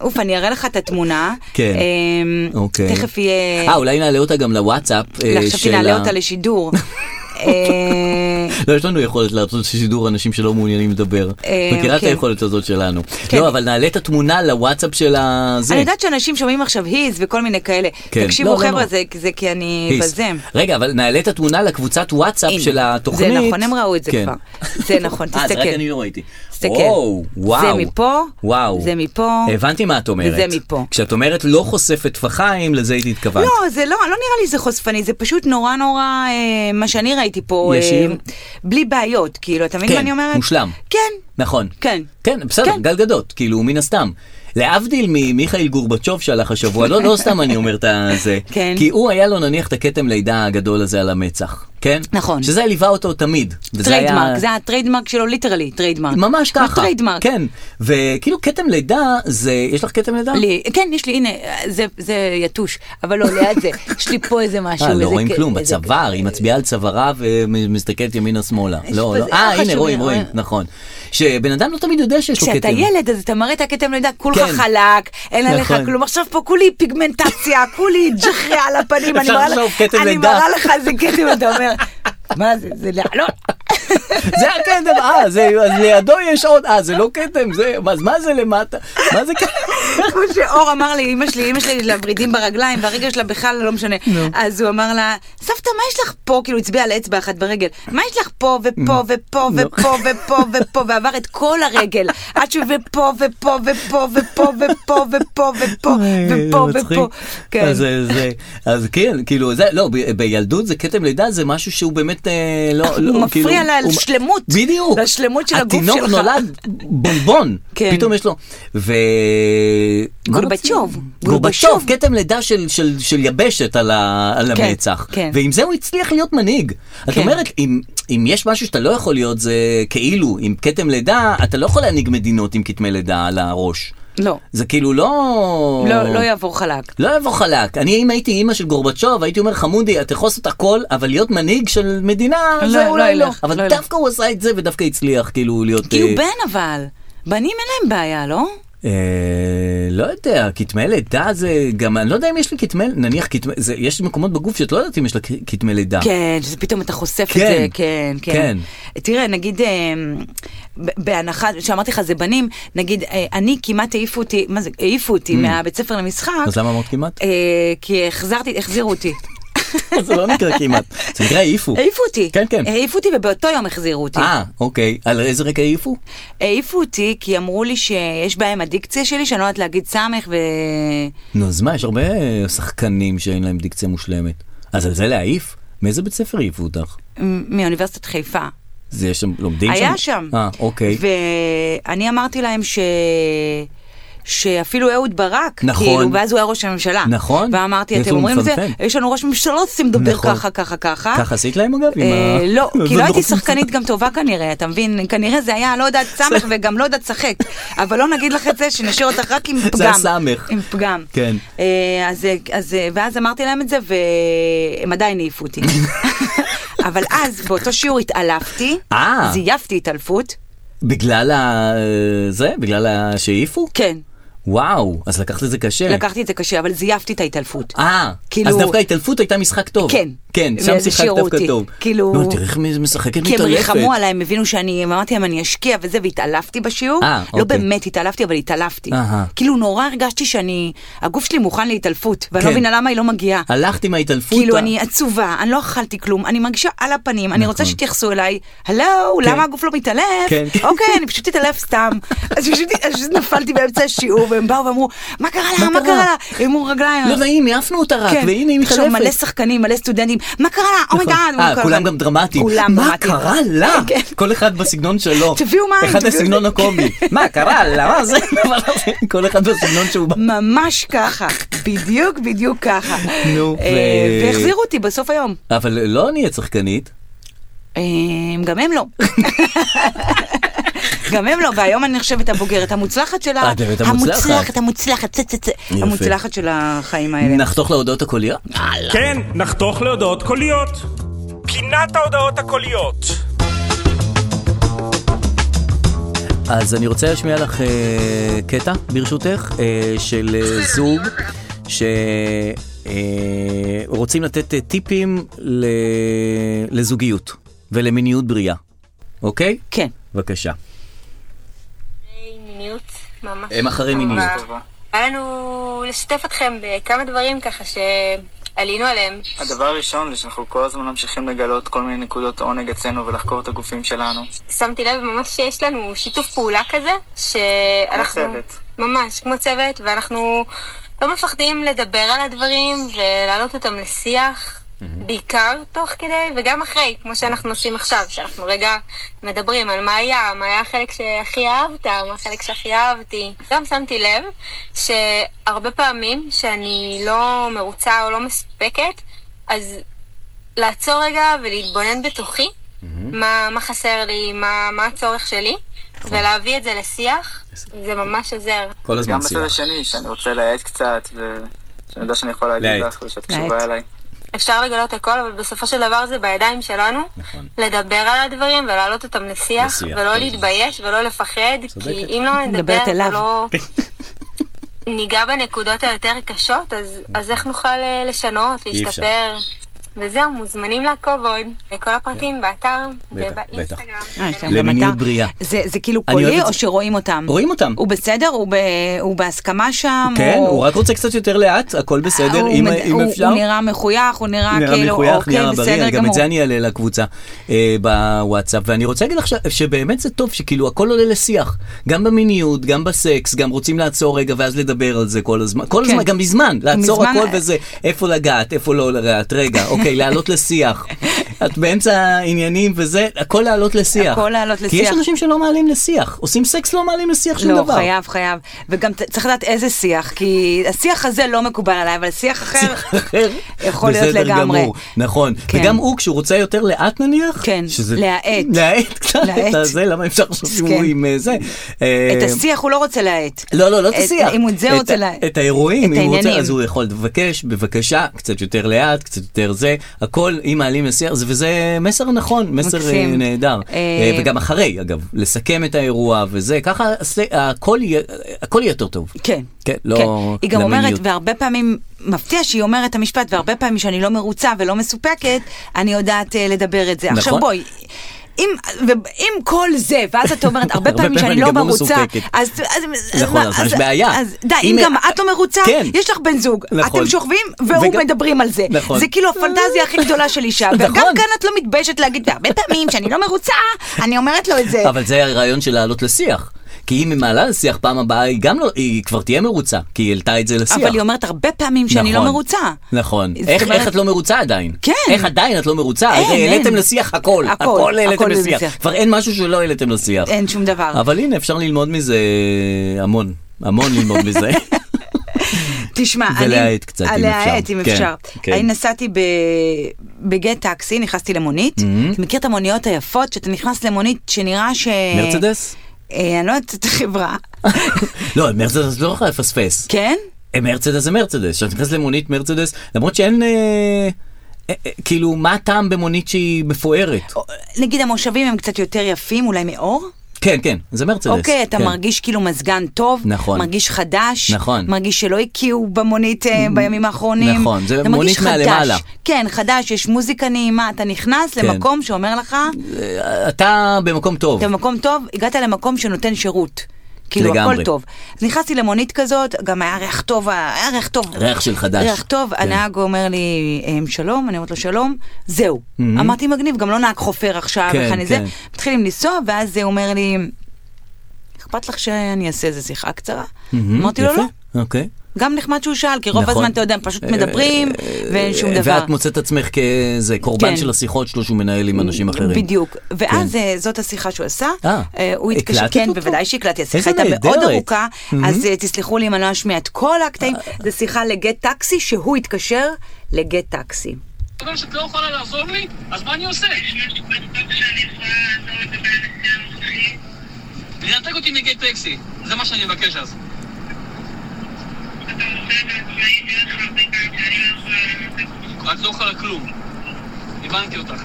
אוף, אני אראה לך את התמונה.
כן.
אה,
אוקיי.
תכף יהיה,
אה, אולי נעלה אותה גם לוואטסאפ אה,
עכשיו
של
נעלה
ה-
אותה לשידור. אה,
לא, יש לנו יכולת לעשות שידור אנשים שלא מעוניינים לדבר.
אה,
מכירה את
כן.
היכולת הזאת שלנו.
כן.
לא, אבל נעלה את התמונה לוואטסאפ של הזה.
אני יודעת שאנשים שומעים עכשיו היז וכל מיני כאלה.
כן.
תקשיבו
לא, לא,
חבר'ה,
לא.
זה- זה כי אני
היס.
בזה.
רגע, אבל נעלה את התמונה לקבוצת וואטסאפ
הנה,
של התוכנית.
זה נכון, הם ראו את זה
כן.
כבר. זה נכון,
אה, זה רק
תסתכל.
אני לא ראיתי.
תסתכל.
וואו, וואו.
זה מפה,
וואו.
זה מפה.
הבנתי מה את אומרת.
וזה מפה.
כשאת אומרת לא חושף את טפחיים, לזה הייתי התכוונת.
לא, זה לא, לא נראה לי זה חושפני, זה פשוט נורא נורא, אה, מה שאני ראיתי פה, אה,
ישיר?
בלי בעיות, כאילו, אתה מבין
כן,
מה אני אומרת?
מושלם.
כן,
נכון.
כן.
כן, בסדר,
כן.
גל גדות, כאילו, מן הסתם. להבדיל ממיכאל גורבצ'וב שהלך השבוע, לא, לא סתם אני אומר את זה,
כן.
כי הוא היה לו נניח את הכתם לידה הגדול הזה על המצח, כן?
נכון.
שזה ליווה אותו תמיד. וזה היה-
טריידמרק, זה הטריידמרק שלו, ליטרלי, טריידמרק.
ממש
כמו
ככה.
טריידמרק.
כן, וכאילו כתם לידה זה, יש לך כתם לידה?
לי, כן, יש לי, הנה, אה, זה, זה יתוש, אבל לא, ליד זה, יש לי פה איזה משהו.
אה, לא
איזה
רואים
כ-
כלום,
איזה-
בצוואר, היא מצביעה על צווארה ומסתכלת ימינה-שמאלה.
יש
לא,
פה
לא,
זה-
אה,
אה,
הנה,
חשוב,
רואים, רואים,
רואים.
נכון. שבן אדם לא תמיד יודע שיש לו כתם.
כשאתה ילד אז אתה מראה את הכתם לידה, כולך
כן.
חלק, אין עליך
נכון.
כלום, עכשיו פה כולי פיגמנטציה, כולי ג'חרי על הפנים, אני
אפשר
מראה
לחשוב,
לך-
כתם
אני
לידה.
מראה לך איזה כתם, אתה אומר, מה זה, זה לעלות.
זה הכתם, אה, זה- אז לידו יש עוד, אה, זה לא כתם, זה, אז מה זה למטה? מה זה כתם?
כמו שאור אמר לי, אמא שלי, אמא שלי יש לה ורידים ברגליים, והרגל שלה בכלל לא משנה. אז הוא אמר לה, סבתא, מה יש לך פה? כאילו, הוא הצביע על אצבע אחת ברגל. מה יש לך פה ופה ופה ופה ופה ופה, ועבר את כל הרגל. עד שהוא ופה ופה ופה ופה ופה ופה ופה ופה
אה, מצחיק.
ופה. כן.
אז זה- זה- אז כן, כאילו, זה, לא, ב- בילדות זה כתם לידה, זה משהו שהוא באמת, אה, לא, לא,
הוא
כאילו,
מפריע על השלמות.
בדיוק.
על השלמות של הגוף שלך.
התינוק נולד בונבון,
כן.
פתאום יש לו. ו...
גורבצ'וב.
גורבצ'וב,
גורבצ'וב.
כתם לידה של, של, של יבשת על, ה, על
כן,
המצח.
כן.
ועם זה הוא הצליח להיות מנהיג. את
כן.
אומרת, אם, אם יש משהו שאתה לא יכול להיות, זה כאילו, עם כתם לידה, אתה לא יכול להנהיג מדינות עם כתמי לידה על הראש.
לא.
זה כאילו לא...
לא, לא יעבור חלק.
לא יבוא חלק. אני, אם הייתי אימא של גורבצ'וב, הייתי אומר, חמודי, את תכוס את הכל, אבל להיות מנהיג של מדינה,
לא,
זה
לא
אולי לא.
ילך, לא
אבל
ילך.
דווקא הוא עשה את זה, ודווקא הצליח, כאילו, להיות...
כי הוא
אה,
בן אבל. בנים אין להם בעיה, לא?
אה, לא יודע, כתמי לידה זה גם, אני לא יודע אם יש לי כתמי, נניח כתמי, זה- יש מקומות בגוף שאת לא יודעת אם יש לה כ- כתמי לידה.
כן, שזה פתאום אתה חושף את
כן,
זה, כן, כן. תראה, נגיד, אה, ב- בהנחה, שאמרתי לך זה בנים, נגיד, אה, אני כמעט העיפו אותי, מה זה, העיפו אותי מהבית ספר למשחק,
Mm. אז למה אמרת כמעט?
אה, כי החזרתי, החזירו אותי.
זה לא נקרא כמעט, זה נקרא העיפו.
העיפו אותי.
כן, כן.
העיפו אותי ובאותו יום החזירו אותי.
אה, אוקיי, על איזה רקע העיפו?
העיפו אותי כי אמרו לי שיש בעיה עם הדיקציה שלי, שאני לא יודעת להגיד סמך ו...
נו, אז מה, יש הרבה אה, שחקנים שאין להם דיקציה מושלמת. אז על זה להעיף? מאיזה בית ספר העיפו אותך?
מ- מאוניברסיטת חיפה.
זה יש שם, לומדים שם?
היה שם.
אה, אוקיי.
ואני אמרתי להם ש... שאפילו אהוד ברק,
נכון.
כאילו, ואז הוא היה ראש הממשלה.
נכון.
ואמרתי,
יש
אתם
לנו
אומרים את זה,
מפנפן."
יש לנו ראש ממשלה, לא צריכים לדבר
נכון.
ככה, ככה, ככה.
ככה עשית להם אגב? עם
אה,
ה-
לא, כי לא
זה
הייתי
נורא-
שחקנית גם טובה כנראה, אתה מבין? כנראה זה היה לא יודעת סמך וגם לא יודעת שחק. אבל לא נגיד לך את זה, שנשאיר אותך רק עם פגם.
זה הסמך.
עם פגם.
כן.
אה, אז, אז, ואז אמרתי להם את זה, והם עדיין העיפו אותי. אבל אז, באותו שיעור התעלפתי,
אה.
זייפתי התעלפות,
בגלל ה... זה? בגלל ה... שהעיפו?
כן,
וואו, אז לקחת את זה קשה.
לקחתי את זה קשה, אבל זייפתי את ההתעלפות.
אה,
כאילו-
אז דווקא ההתעלפות הייתה משחק טוב.
כן.
כן, שם
וזה
שיחקת
שיערו
דווקא
אותי.
טוב.
כאילו-
לא, תראה איך מי- משחקת
כי הם
מתעלפת.
ריחמו עליי, הם הבינו שאני, הם אמרתי להם אני אשקיע וזה, והתעלפתי בשיעור.
אה,
לא
אוקיי.
באמת התעלפתי, אבל התעלפתי.
אהה.
כאילו נורא הרגשתי שאני, הגוף שלי מוכן להתעלפות, ואני לא
כן.
מבינה למה היא לא מגיעה.
הלכת עם ההתעלפות.
כאילו
ה-
אני עצובה, אני לא אכלתי כלום, אני מרגישה על הפנים, אני רוצה שיתייחסו אליי, הלו, למה הגוף לא מתעלף?
נכון. כן.
אוקיי, אני פשוט אתעלף סתם. אז פשוט אז פשוט נפלתי באמצע השיעור, והם באו ואמרו, מה קרה לה,
מה
מה
קרה?"
קרה לה? הרימו רגליים. כן.
לא נעים, העפנו אותה רק, והנה היא
עכשיו מלא
מתעלפת.
שחקנים, מלא סטודנטים, מה קרה לה? אומייגאד.
אה, כולם גם דרמטיים.
כולם
מה
דרמטיים.
קרה לה?
כן.
כל אחד בסגנון שלו.
תביאו מים,
אחד
תביאו
בסגנון
זה.
הקומי. מה קרה לה? מה זה? כל אחד בסגנון שהוא בא.
ממש ככה, בדיוק בדיוק ככה.
נו,
אה,
ו-
והחזירו אותי בסוף היום.
אבל לא נהיית שחקנית.
אה, גם הם לא. גם הם לא, והיום אני נחשבת הבוגרת המוצלחת של ה...
אה, את באמת המוצלחת.
המוצלחת, המוצלחת, צה, צה, צה.
יפה.
המוצלחת של החיים האלה.
נחתוך להודעות הקוליות?
כן, נחתוך להודעות קוליות. פינת ההודעות הקוליות.
אז אני רוצה להשמיע לך אה, קטע, ברשותך, אה, של אה, זוג שרוצים לתת אה, טיפים ל... לזוגיות ולמיניות בריאה, אוקיי?
כן.
בבקשה.
אחרי מיניות, ממש.
הם אחרי מיניות.
היה לנו לשתף אתכם בכמה דברים ככה שעלינו עליהם.
הדבר הראשון זה שאנחנו כל הזמן ממשיכים לגלות כל מיני נקודות עונג אצלנו ולחקור את הגופים שלנו.
שמתי לב ממש שיש לנו שיתוף פעולה כזה, שאנחנו...
כמו צוות.
ממש, כמו צוות, ואנחנו לא מפחדים לדבר על הדברים ולהעלות אותם לשיח. בעיקר תוך כדי וגם אחרי, כמו שאנחנו עושים עכשיו, שאנחנו רגע מדברים על מה היה, מה היה החלק שהכי אהבת, מה החלק שהכי אהבתי. גם שמתי לב שהרבה פעמים שאני לא מרוצה או לא מספקת, אז לעצור רגע ולהתבונן בתוכי, מה, מה חסר לי, מה, מה הצורך שלי,
נכון.
ולהביא את זה לשיח, זה ממש עוזר.
כל
גם
הזמן
בצד
שיח.
השני, שאני רוצה להאט קצת, ושאני יודע שאני יכול להגיד
להאט.
לך ושאת
להאט.
קשובה אליי.
אפשר לגלות הכל, אבל בסופו של דבר זה בידיים שלנו.
נכון.
לדבר על הדברים ולהעלות אותם לשיח,
לשיח,
ולא
כן.
להתבייש ולא לפחד, כי אם לא
מדברת
נדבר
אליו.
ולא ניגע בנקודות היותר קשות, אז, אז איך נוכל אה, לשנות,
אפשר.
להשתפר? וזהו, מוזמנים לעקוב עוד. כל הפרטים באתר
כן. בטח,
ובאינסטגרם.
אה, יש להם גם
למיניות
אתר.
בריאה.
זה זה כאילו
אני אוהב
קולי
את
או
זה.
שרואים אותם?
רואים אותם.
הוא בסדר? הוא ב- הוא בהסכמה שם? אה,
כן, הוא רק רוצה קצת יותר לאט, הכל בסדר,
הוא
אם
מד-
אם
הוא-
אפשר.
הוא נראה מחוייך, הוא נראה כאילו...
נראה מחוייך,
אוקיי,
נראה
בסדר
בריא, אני גם
גמור.
את זה אני אעלה לקבוצה אה, בוואטסאפ. ואני רוצה להגיד לך ש- שבאמת זה טוב, שכאילו הכל עולה לשיח. גם במיניות, גם בסקס, גם רוצים לעצור רגע ואז לדבר על זה כל הזמן. כל
כן.
הזמן, גם בזמן, לעצור
מזמן-
הכל וזה, איפה לגעת, איפה לא לגעת, רגע, אוקיי, להעלות לשיח. את באמצע העניינים וזה, הכל להעלות לשיח.
הכל להעלות
כי יש
לשיח.
אנשים שלא מעלים לשיח. עושים סקס, לא מעלים לשיח שום
לא,
דבר.
חייב, חייב. וגם ת- צריך לדעת איזה שיח, כי השיח הזה לא מקובל עליי, אבל שיח אחר יכול להיות
בסדר
לגמרי.
גמור, נכון.
כן.
וגם הוא, כשהוא רוצה יותר לאט נניח,
כן,
שזה-
להאט.
להאט קצת
להאט.
את הזה, למה אי אפשר לעשות
כן.
שהוא עם אה, זה?
את
אה,
השיח הוא לא רוצה להאט.
לא, לא, לא את
את-
השיח.
אם הוא את זה רוצה לה-
את האירועים,
את
אם הוא רוצה,
העניינים.
אז הוא יכול לבקש, בבקשה, קצת יותר לאט, קצת יותר זה, הכל, אם מעלים לשיח, זה- וזה מסר נכון, מסר אה,
מקסים.
נהדר.
אה,
אה, וגם אחרי, אגב, לסכם את האירוע וזה, ככה הס- הכל יהיה הכל יהיה יותר טוב.
כן.
כן, לא
היא גם אומרת,
למיניות.
והרבה פעמים, מפתיע שהיא אומרת את המשפט, והרבה פעמים שאני לא מרוצה ולא מסופקת, אני יודעת אה, לדבר את זה.
נכון.
עכשיו בואי. אם, ועם כל זה, ואז את אומרת, הרבה
הרבה
פעמים שאני
פעמים
לא
גם לא
מרוצה,
מסופקת.
אז, אז,
נכון,
מה,
אז יש בעיה.
אז די, אם
אם-
גם את לא מרוצה,
כן.
יש לך בן זוג,
נכון.
אתם שוכבים והוא
וגם-
מדברים על זה.
נכון.
זה כאילו הפנטזיה הכי גדולה של אישה,
נכון.
וגם כאן את לא מתביישת להגיד, והרבה פעמים שאני לא מרוצה, אני אומרת לו את זה.
אבל זה הרעיון של לעלות לשיח. כי אם היא מעלה לשיח פעם הבאה, היא גם לא, היא כבר תהיה מרוצה, כי היא העלתה את זה לשיח.
אבל היא אומרת הרבה פעמים שאני לא
נכון,
מרוצה.
נכון.
זאת
איך,
אומרת-
איך את לא מרוצה עדיין?
כן.
איך עדיין את לא מרוצה?
אין,
הרי העליתם
אין.
לשיח הכל.
הכל,
הכל העליתם
הכל
לשיח.
לשיח.
כבר אין משהו שלא העליתם לשיח.
אין שום דבר.
אבל הנה, אפשר ללמוד מזה המון. המון ללמוד מזה.
אה. תשמע,
ולהאט קצת, אם
להאט,
אפשר.
אם
כן,
אפשר.
כן.
אני נסעתי ב- בגט טקסי, נכנסתי למונית. אתה מכיר את המוניות היפות שאתה נכנס למונית שנראה ש...
מרצדס?
אה, אני לא יודעת את החברה.
לא, מרצדס לא יכולה לפספס.
כן?
אה, מרצדס זה מרצדס, כשאת נכנסת למונית מרצדס, למרות שאין... אה, אה, אה, כאילו, מה הטעם במונית שהיא מפוארת?
או- נגיד המושבים הם קצת יותר יפים, אולי מאור?
כן, כן, זה מרצדס.
אוקיי, אתה
כן.
מרגיש כאילו מזגן טוב,
נכון.
מרגיש חדש,
נכון.
מרגיש שלא הקיאו במונית אה, בימים האחרונים.
נכון, זה
אתה מרגיש
מונית
חדש.
מהלמעלה.
כן, חדש, יש מוזיקה נעימה, אתה נכנס
כן.
למקום שאומר לך,
אתה במקום טוב.
אתה במקום טוב, הגעת למקום שנותן שירות. כאילו
לגמרי.
הכל טוב. אז נכנסתי למונית כזאת, גם היה ריח טוב, היה ריח טוב.
ריח של חדש.
ריח טוב,
כן.
הנהג אומר לי "אמ, שלום, אני אומרת לו שלום, זהו. אמרתי מגניב, גם לא נהג חופר עכשיו,
Mm-hmm. כן,
איך אני זה.
כן.
מתחילים לנסוע, ואז הוא אומר לי, אכפת לך שאני אעשה איזה שיחה קצרה? אמרתי לו
Mm-hmm, יפה,
לא.
אוקיי.
גם נחמד שהוא שאל, כי רוב
נכון. אה,
הזמן, אתה יודע, הם פשוט מדברים, ואין שום דבר.
ואת מוצאת עצמך כזה
כן.
קורבן של השיחות שלו שהוא מנהל עם אנשים אחרים. כן.
בדיוק. ואז אה, זאת השיחה שהוא עשה.
אה,
אה, הוא התקשר,
הקלטת
כן,
אותו?
בוודאי שהקלטתי. השיחה
איזה
הייתה מאוד
נהדרת. Mm-hmm. אה.
ארוכה, אז אה, תסלחו לי אם אני לא אשמיע את כל הקטעים. זו שיחה לגט טקסי, שהוא התקשר לגט טקסי.
אומר שאת לא יכולה לעזור לי, אז מה אני עושה? לנתק אותי נגד טקסי, זה מה שאני מבקש אז. את לא יכולה כלום. הבנתי אותך.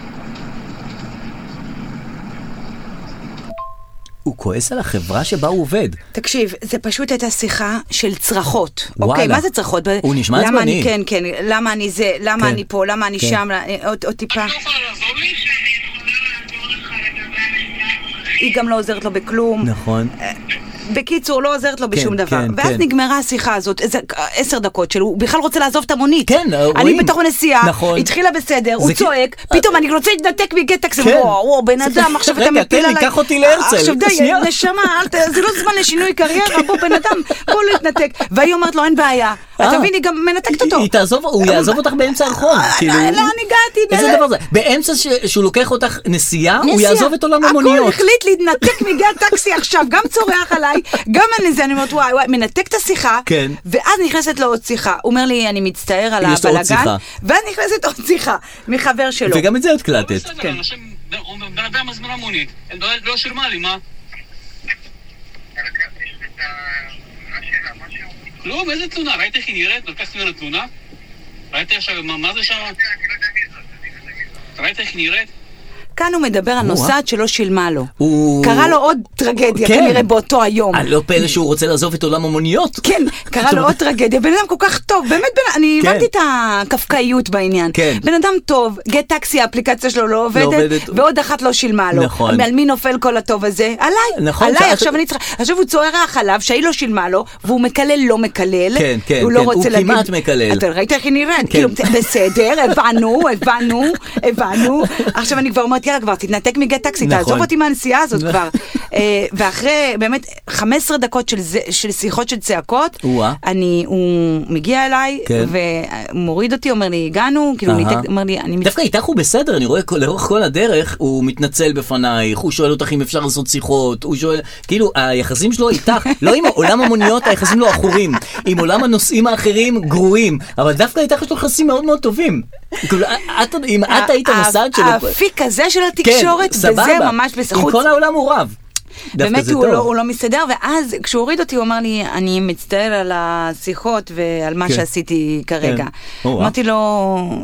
הוא כועס על החברה שבה הוא עובד.
תקשיב, זה פשוט הייתה שיחה של צרחות.
וואלה.
אוקיי, מה זה צרחות?
הוא נשמע
למה אני,
עצבני.
כן, כן, למה אני זה, למה
כן.
אני פה, למה אני
כן.
שם, אה, עוד עוד טיפה.
את לא יכולה לעזור לי?
היא גם לא עוזרת לו בכלום.
נכון.
אה, בקיצור, לא עוזרת לו בשום
כן,
דבר.
כן,
ואז
כן.
נגמרה השיחה הזאת, איזה אה, עשר דקות שלו, הוא בכלל רוצה לעזוב את המונית.
כן,
אני
רואים.
בתוך הנסיעה,
נכון.
התחילה בסדר, הוא
זה כי-
צועק, פתאום אני רוצה להתנתק מגטקס,
כן.
וואו, וואו, בן
זה-
אדם, עכשיו
רגע,
אתה מפיל
תן לי,
עליי.
קח אותי להרצל.
עכשיו די,
שנייה.
נשמה, אל ת- זה לא זמן לשינוי קריירה, בוא בן אדם, בוא להתנתק. והיא אומרת לו, אין בעיה. אתה
אה.
מבין, היא גם מנתקת אותו. אה,
היא- היא תעזוב, הוא יעזוב אותך באמצע הרחוב. כאילו,
לאן לא, הגעתי?
איזה
באיזה-
דבר זה? באמצע ש- שהוא לוקח אותך נסיעה, הוא
נסיעה.
יעזוב את עולם המוניות.
הכל החליט להתנתק מגן טקסי עכשיו, גם צורח עליי, גם על זה, אני אומרת וואי וואי, מנתק את השיחה,
כן.
ואז נכנסת לו עוד שיחה. הוא אומר לי, אני מצטער על
יש לו עוד
הבלאגן,
שיחה.
ואז נכנסת עוד שיחה מחבר שלו.
וגם את זה הקלטת.
בסדר, אנשים, בן אדם מזמינה מונית, לא שילמה לי, מה? לא, מאיזה תלונה? ראית איך היא נראית? לקחת ממנה תלונה? ראית עכשיו, מה- מה זה שם? ראית איך היא נראית?
כאן הוא מדבר על
או-אה.
נוסעת שלא שילמה לו.
הוא-
קרה לו עוד טרגדיה,
כן.
כנראה באותו היום.
אה, לא פלא שהוא רוצה לעזוב את עולם המוניות.
כן, קרה לו עוד טרגדיה, בן אדם כל כך טוב, באמת, בן- אני
כן.
הבנתי את הקפקאיות בעניין.
כן.
בן אדם טוב, גט טקסי, האפליקציה שלו לא עובדת,
עובדת.
ועוד אחת לא שילמה לו.
נכון.
על מי נופל כל הטוב הזה? עליי.
נכון,
עליי,
שאת-
עכשיו אני צריכה... עכשיו הוא צורח עליו שהיא לא שילמה לו, והוא מקלל לא מקלל.
כן, כן,
הוא לא
כן,
רוצה
הוא
להגיד-
כמעט מקלל. כן.
אתה ראית איך היא נראית? כאילו, בסדר, הבנו, הבנו, הבנו. עכשיו אני כבר אומרת, אומרת, יאללה כבר, תתנתק מגט טקסי,
נכון.
תעזוב אותי מהנסיעה הזאת כבר. אה, ואחרי באמת 15 דקות של זה- של שיחות של צעקות,
או-אה.
אני, הוא מגיע אליי,
כן.
ומוריד אותי, אומר לי, הגענו, כאילו,
אהה.
ניתק- אומר לי, אני מצ-
דווקא איתך הוא בסדר, אני רואה כל- לאורך כל הדרך, הוא מתנצל בפנייך, הוא שואל אותך אם אפשר לעשות שיחות, הוא שואל, כאילו, היחסים שלו איתך, לא עם עולם המוניות, היחסים לו עכורים, עם עולם הנושאים האחרים גרועים, אבל דווקא איתך יש לו יחסים מאוד מאוד טובים. כאילו, את- אם את היית
הה-
המסעד שלו...
האפיק הזה של
כן,
התקשורת, אה, וזה
סבבה.
ממש
עם
בחוץ.
כל העולם הוא רב. דווקא
באמת
זה
הוא
טוב.
לא, הוא לא מסתדר, ואז כשהוא הוריד אותי הוא אמר לי, אני מצטער על השיחות ועל מה
כן.
שעשיתי כרגע.
או, וואו.
אמרתי לו,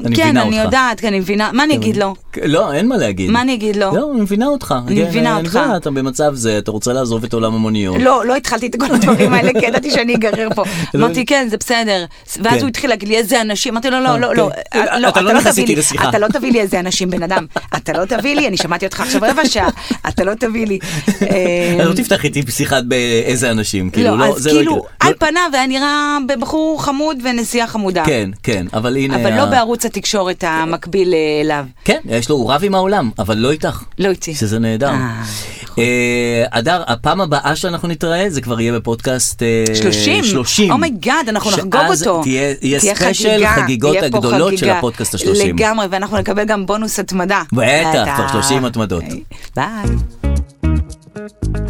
אני
כן,
מבינה
אני
אותך."
יודעת, כן, אני מבינה, מה אני אגיד לו?
לא, אין מה להגיד.
מה אני אגיד לו?
לא, אני מבינה אותך.
אני
כן,
מבינה אותך.
יודע, אתה במצב זה, אתה רוצה לעזוב את עולם המוניות.
לא, לא התחלתי את כל הדברים האלה, כי ידעתי שאני אגרר פה.
לא.
אמרתי, כן, זה בסדר.
כן.
ואז הוא התחיל להגיד לי, איזה אנשים. אמרתי לו,
אה,
לא, לא, לא.
כן.
אה,
אתה לא נכנס
תביא
איתי
לי-
לשיחה."
אתה לא תביא לי איזה אנשים, בן אדם. אתה לא תביא לי, אני שמעתי אותך עכשיו רבע שעה. אתה לא תביא לי.
אתה לא
אה,
תפתח איתי שיחת באיזה אנשים, כאילו,
לא,
לא,
אז
זה לא
כאילו,
יקרה.
על
לא-
פניו היה נראה בבחור חמוד ונסיעה חמודה.
כן, כן, אבל הנה...
אבל לא
ה-
בערוץ התקשורת המקביל אה, אליו.
כן, יש לו, הוא רב עם העולם, אבל לא איתך.
לא איתי.
שזה נהדר.
אה,
אה, הדר, הפעם הבאה שאנחנו נתראה, זה כבר יהיה בפודקאסט אה,
30?
30.
אומייגאד, Oh אנחנו נחגוג
שאז
אותו.
תהיה- יהיה ספיישל
חגיגה,
חגיגות
יהיה פה
הגדולות של
חגיגה.
הפודקאסט השלושים.
לגמרי, ואנחנו נקבל גם בונוס התמדה.
בטח,
אתה-
כבר 30 התמדות.
ביי.